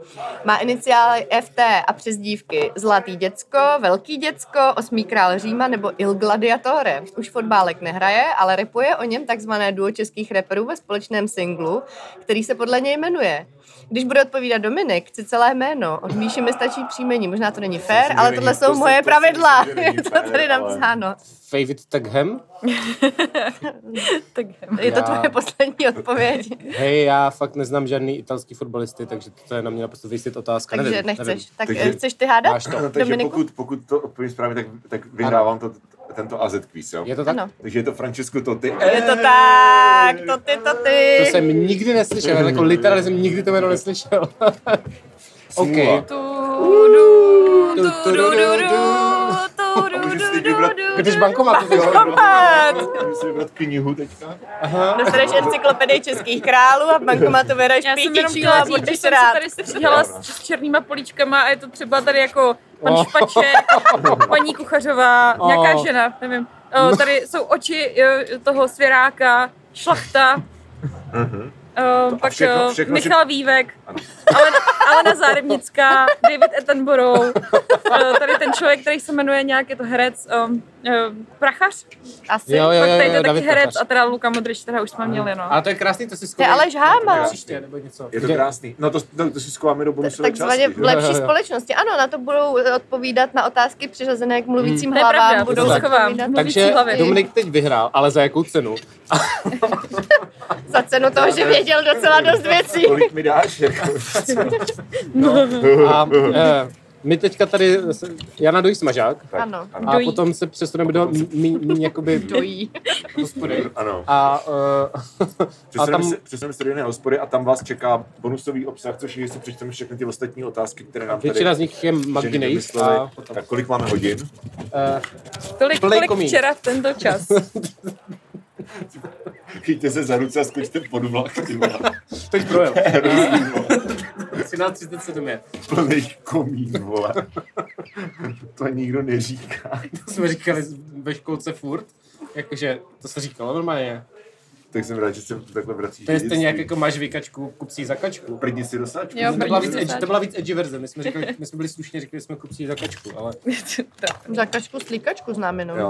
Speaker 2: Má iniciály FT a přezdívky Zlatý děcko, Velký děcko, Osmý král Říma nebo Il Gladiatore. Už fotbálek nehraje, ale repuje o něm takzvané duo českých reperů ve společném singlu, který se podle něj jmenuje. Když bude odpovídat Dominik, chci celé jméno. Od Míši mi stačí příjmení. Možná to není fér,
Speaker 3: myslím,
Speaker 2: ale
Speaker 3: že
Speaker 2: tohle
Speaker 3: není- to
Speaker 2: jsou
Speaker 3: si-
Speaker 2: moje
Speaker 3: to si myslím,
Speaker 2: pravidla.
Speaker 3: že není
Speaker 2: Je to
Speaker 3: fér,
Speaker 2: tady
Speaker 3: ale-
Speaker 2: napsáno.
Speaker 1: Favorite tak hem?
Speaker 5: Tak,
Speaker 2: Je to
Speaker 1: Já-
Speaker 2: tvoje poslední odpověď.
Speaker 1: Hej, já fakt neznám žádný italský fotbalisty, takže to je na mě naprosto vysvět otázka.
Speaker 2: Takže
Speaker 1: nevím,
Speaker 2: nechceš.
Speaker 1: Nevím.
Speaker 2: Tak
Speaker 3: Takže-
Speaker 2: eh, chceš ty hádat,
Speaker 1: Máš to.
Speaker 3: No, takže
Speaker 2: Dominiku?
Speaker 3: pokud, pokud to odpovím správně, tak, tak vyhrávám to, tento AZ quiz, jo?
Speaker 1: Je to tak?
Speaker 2: Ano.
Speaker 3: Takže je to Francesco Totti. Eh,
Speaker 2: Je to tak, to ty, to ty.
Speaker 1: To jsem nikdy neslyšel, ale jako literálně jsem nikdy to jméno neslyšel. OK.
Speaker 5: Tudu,
Speaker 1: Tu, tu, du,
Speaker 5: tudu,
Speaker 1: du, du.
Speaker 5: tudu,
Speaker 3: A můžeš si
Speaker 5: tudu,
Speaker 3: vybrat-
Speaker 5: tudu,
Speaker 1: Když
Speaker 5: tudu.
Speaker 1: bankomat to teď-
Speaker 3: Můžu si vybrat knihu teďka.
Speaker 2: Dostaneš encyklopedii českých králů a v bankomatu vyhraješ
Speaker 5: Já jsem jenom
Speaker 2: pětičílo
Speaker 5: chtěla
Speaker 2: a
Speaker 5: říct, že
Speaker 2: budeš
Speaker 5: jsem se
Speaker 2: rád.
Speaker 5: tady stříhala s, s černýma políčkama a je to třeba tady jako pan
Speaker 1: Oh.
Speaker 5: Špaček, paní Kuchařová,
Speaker 1: Oh.
Speaker 5: nějaká žena, nevím. Eh, O, tady jsou oči jo, toho svěráka, šlachta. Uh, pak
Speaker 3: všechno-
Speaker 5: všechno,
Speaker 3: všechno-
Speaker 5: Michal Vývek, ale, Alena Zárybnická, David Attenborough, uh, tady ten člověk, který se jmenuje nějak, je to herec, um, um, Prachař,
Speaker 2: Asi.
Speaker 1: Jo, jo,
Speaker 5: pak
Speaker 1: jo,
Speaker 5: tady to
Speaker 1: jo,
Speaker 5: je taky
Speaker 1: David
Speaker 5: herec
Speaker 1: Prachař.
Speaker 5: a teda Luka Modrič, teda už jsme měli, no.
Speaker 1: A to je krásný, to si
Speaker 2: To je
Speaker 1: skvělý.
Speaker 2: Aleš Háma.
Speaker 1: Příště nebo něco.
Speaker 3: Je to
Speaker 1: Kde-
Speaker 3: krásný. No to, to, to si skováme do bonusové
Speaker 2: Takzvaně
Speaker 3: části.
Speaker 2: v
Speaker 3: že?
Speaker 1: Jo,
Speaker 2: lepší
Speaker 1: jo, jo.
Speaker 2: společnosti. Ano, na to budou odpovídat na otázky přiřazené k mluvícím
Speaker 5: To je
Speaker 2: hlavám.
Speaker 5: pravda,
Speaker 2: budou
Speaker 1: to se
Speaker 5: schovám.
Speaker 2: odpovídat
Speaker 1: Takže
Speaker 5: Mluvící hlavy.
Speaker 1: Dominik teď vyhrál, ale za jakou cenu?
Speaker 2: za cenu toho, že věděl docela dost věcí.
Speaker 3: Kolik mi dáš? Jako,
Speaker 1: A eh, my teďka tady, se- Jana Dojí Smažák,
Speaker 2: Ano.
Speaker 1: a
Speaker 5: Dojí.
Speaker 1: potom se přesuneme do mí- mí- mí- jakoby
Speaker 2: Dojí.
Speaker 1: hospody.
Speaker 3: ano.
Speaker 1: A, eh, a
Speaker 3: Přesuneme
Speaker 1: tam
Speaker 3: se, přesuneme se do jiné hospody a tam vás čeká bonusový obsah, což je, že si přečteme všechny ty ostatní otázky, které nám tady...
Speaker 1: většina z nich je
Speaker 3: ženy
Speaker 1: Magdy
Speaker 3: vymysleli.
Speaker 1: a potom,
Speaker 3: Tak kolik máme hodin?
Speaker 1: eh,
Speaker 5: Tolik,
Speaker 1: plný
Speaker 5: tolik
Speaker 1: komín.
Speaker 5: včera v tento čas.
Speaker 3: Chyťte se za ruce a skočte pod vlak. ty vole.
Speaker 1: teď projel.
Speaker 3: Hrozný, vole.
Speaker 1: 13.37 je.
Speaker 3: Plnej komín, vole. To nikdo neříká.
Speaker 1: To jsme říkali ve školce furt. Jakože, to se říkalo normálně.
Speaker 3: Tak jsem rád, že se takhle vrací.
Speaker 1: To je stejně jak jako máš vykačku, kup si ji za kačku.
Speaker 3: Prdni si do sáčku.
Speaker 5: Jo,
Speaker 1: To byla, víc
Speaker 5: prdni si
Speaker 1: edgy,
Speaker 5: za-
Speaker 1: to byla víc edgy verze, my jsme, říkali, my jsme byli slušně, říkali jsme kup si ji za kačku, ale
Speaker 2: Za kačku slíkačku znám jenom.
Speaker 3: Jo.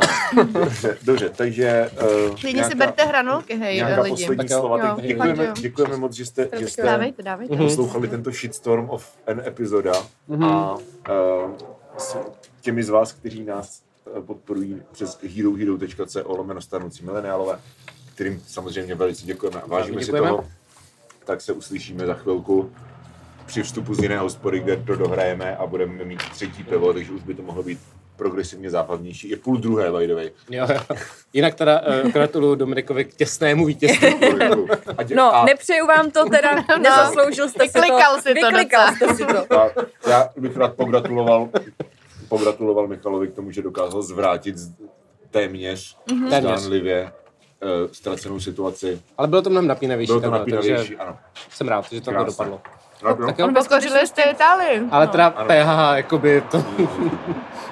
Speaker 3: Dobře, dobře, takže... Uh,
Speaker 2: Klidně si berte hranolky, hej,
Speaker 3: nějaká
Speaker 2: lidi.
Speaker 3: poslední
Speaker 1: Tak jo.
Speaker 3: slova.
Speaker 2: Jo,
Speaker 3: Tak
Speaker 2: tak
Speaker 3: děkujeme,
Speaker 2: jo.
Speaker 3: děkujeme moc, že jste, že jste
Speaker 2: Dávejte, dávejte.
Speaker 3: Mm-hmm. poslouchali tento shitstorm of N epizoda a uh, s těmi z vás, kteří nás eh, podporují přes herohero.co lomeno starnoucí mileniálové, kterým samozřejmě velice děkujeme a vážíme
Speaker 1: Děkujeme.
Speaker 3: si toho, tak se uslyšíme za chvilku při vstupu z jiné hospody, kde to dohrajeme a budeme mít třetí pivo, takže už by to mohlo být progresivně západnější. Je půl druhé, by the way.
Speaker 1: jo, jo. Jinak teda uh, gratuluju Dominikovi k těsnému vítězství.
Speaker 3: A dě-
Speaker 5: No,
Speaker 3: a-
Speaker 5: nepřeju vám to teda, nezasloužil jste si to.
Speaker 2: No, Vyklikal si to
Speaker 5: Vyklikal
Speaker 2: docela.
Speaker 5: jste si to.
Speaker 3: A já bych rád pogratuloval, pogratuloval Michalovi k tomu, že dokázal zvrátit z- téměř
Speaker 1: Téměř.
Speaker 3: zdánlivě uh, ztracenou situaci.
Speaker 1: Ale bylo to mnohem napínavější.
Speaker 3: Bylo to
Speaker 1: takhle,
Speaker 3: napínavější, No.
Speaker 1: Takže
Speaker 3: ano.
Speaker 1: jsem rád, že to takhle
Speaker 3: Krásné.
Speaker 1: dopadlo.
Speaker 3: Tak jo.
Speaker 1: Tak jo.
Speaker 2: On poskořili jste Itálii.
Speaker 1: Ale teda PH, jakoby to,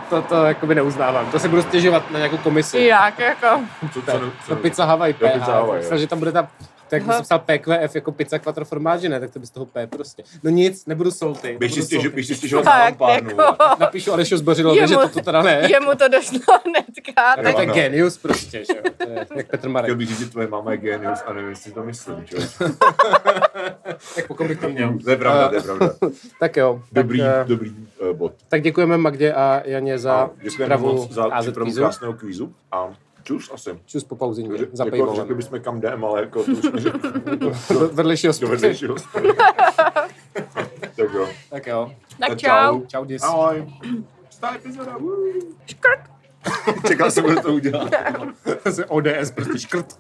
Speaker 1: to, to jakoby neuznávám. To si budu stěžovat na nějakou komisi.
Speaker 2: Jak, jako.
Speaker 3: Co, co, co,
Speaker 1: To No, pizza Hawaii, PH.
Speaker 3: Pizza Hawaii,
Speaker 1: Myslel,
Speaker 3: jo.
Speaker 1: že tam bude ta, to jak jsem psal PQF jako pizza quattro formáže, ne, tak to by z toho P prostě. No nic, nebudu solty.
Speaker 3: Běž si
Speaker 1: nebudu
Speaker 3: stěžo-
Speaker 1: solty.
Speaker 3: běž si stěžovat na
Speaker 2: Tak,
Speaker 3: lampárnu.
Speaker 2: jako.
Speaker 1: Napíšu Alešu Zbořilo, že to,
Speaker 2: Jemu-
Speaker 1: to teda ne.
Speaker 2: Jemu to došlo hnedka.
Speaker 3: Jo,
Speaker 1: Tak to je
Speaker 3: ano.
Speaker 1: genius prostě, že jo. To je Jak Petr
Speaker 3: Chtěl
Speaker 1: Marek.
Speaker 3: bych říct, že tvoje máma je genius a nevím, jestli to myslím. Čo?
Speaker 1: Tak pokud bych to měl.
Speaker 3: To je pravda, to je pravda.
Speaker 1: Tak eh, jo.
Speaker 3: Dobrý,
Speaker 1: Tak, eh,
Speaker 3: dobrý uh, bod.
Speaker 1: tak děkujeme Magdě a Janě za
Speaker 3: Děkujeme
Speaker 1: přípravu
Speaker 3: moc za
Speaker 1: AZ
Speaker 3: přípravu
Speaker 1: kvízu.
Speaker 3: krásného kvízu a čus asi.
Speaker 1: Čus po pauzině, za
Speaker 3: Jako,
Speaker 1: paywallem.
Speaker 3: řekli bychom kam jdem, ale jako to už jsme řekli.
Speaker 1: Vedlejší
Speaker 3: Do
Speaker 1: hospody.
Speaker 3: vedlejšího. Tak jo.
Speaker 1: Tak jo.
Speaker 3: No,
Speaker 5: Tak čau.
Speaker 1: Čau, dis.
Speaker 3: Ahoj. Stá epizoda. woo. Čekal jsem, kdo to udělá.
Speaker 1: ODS, prostě škrt.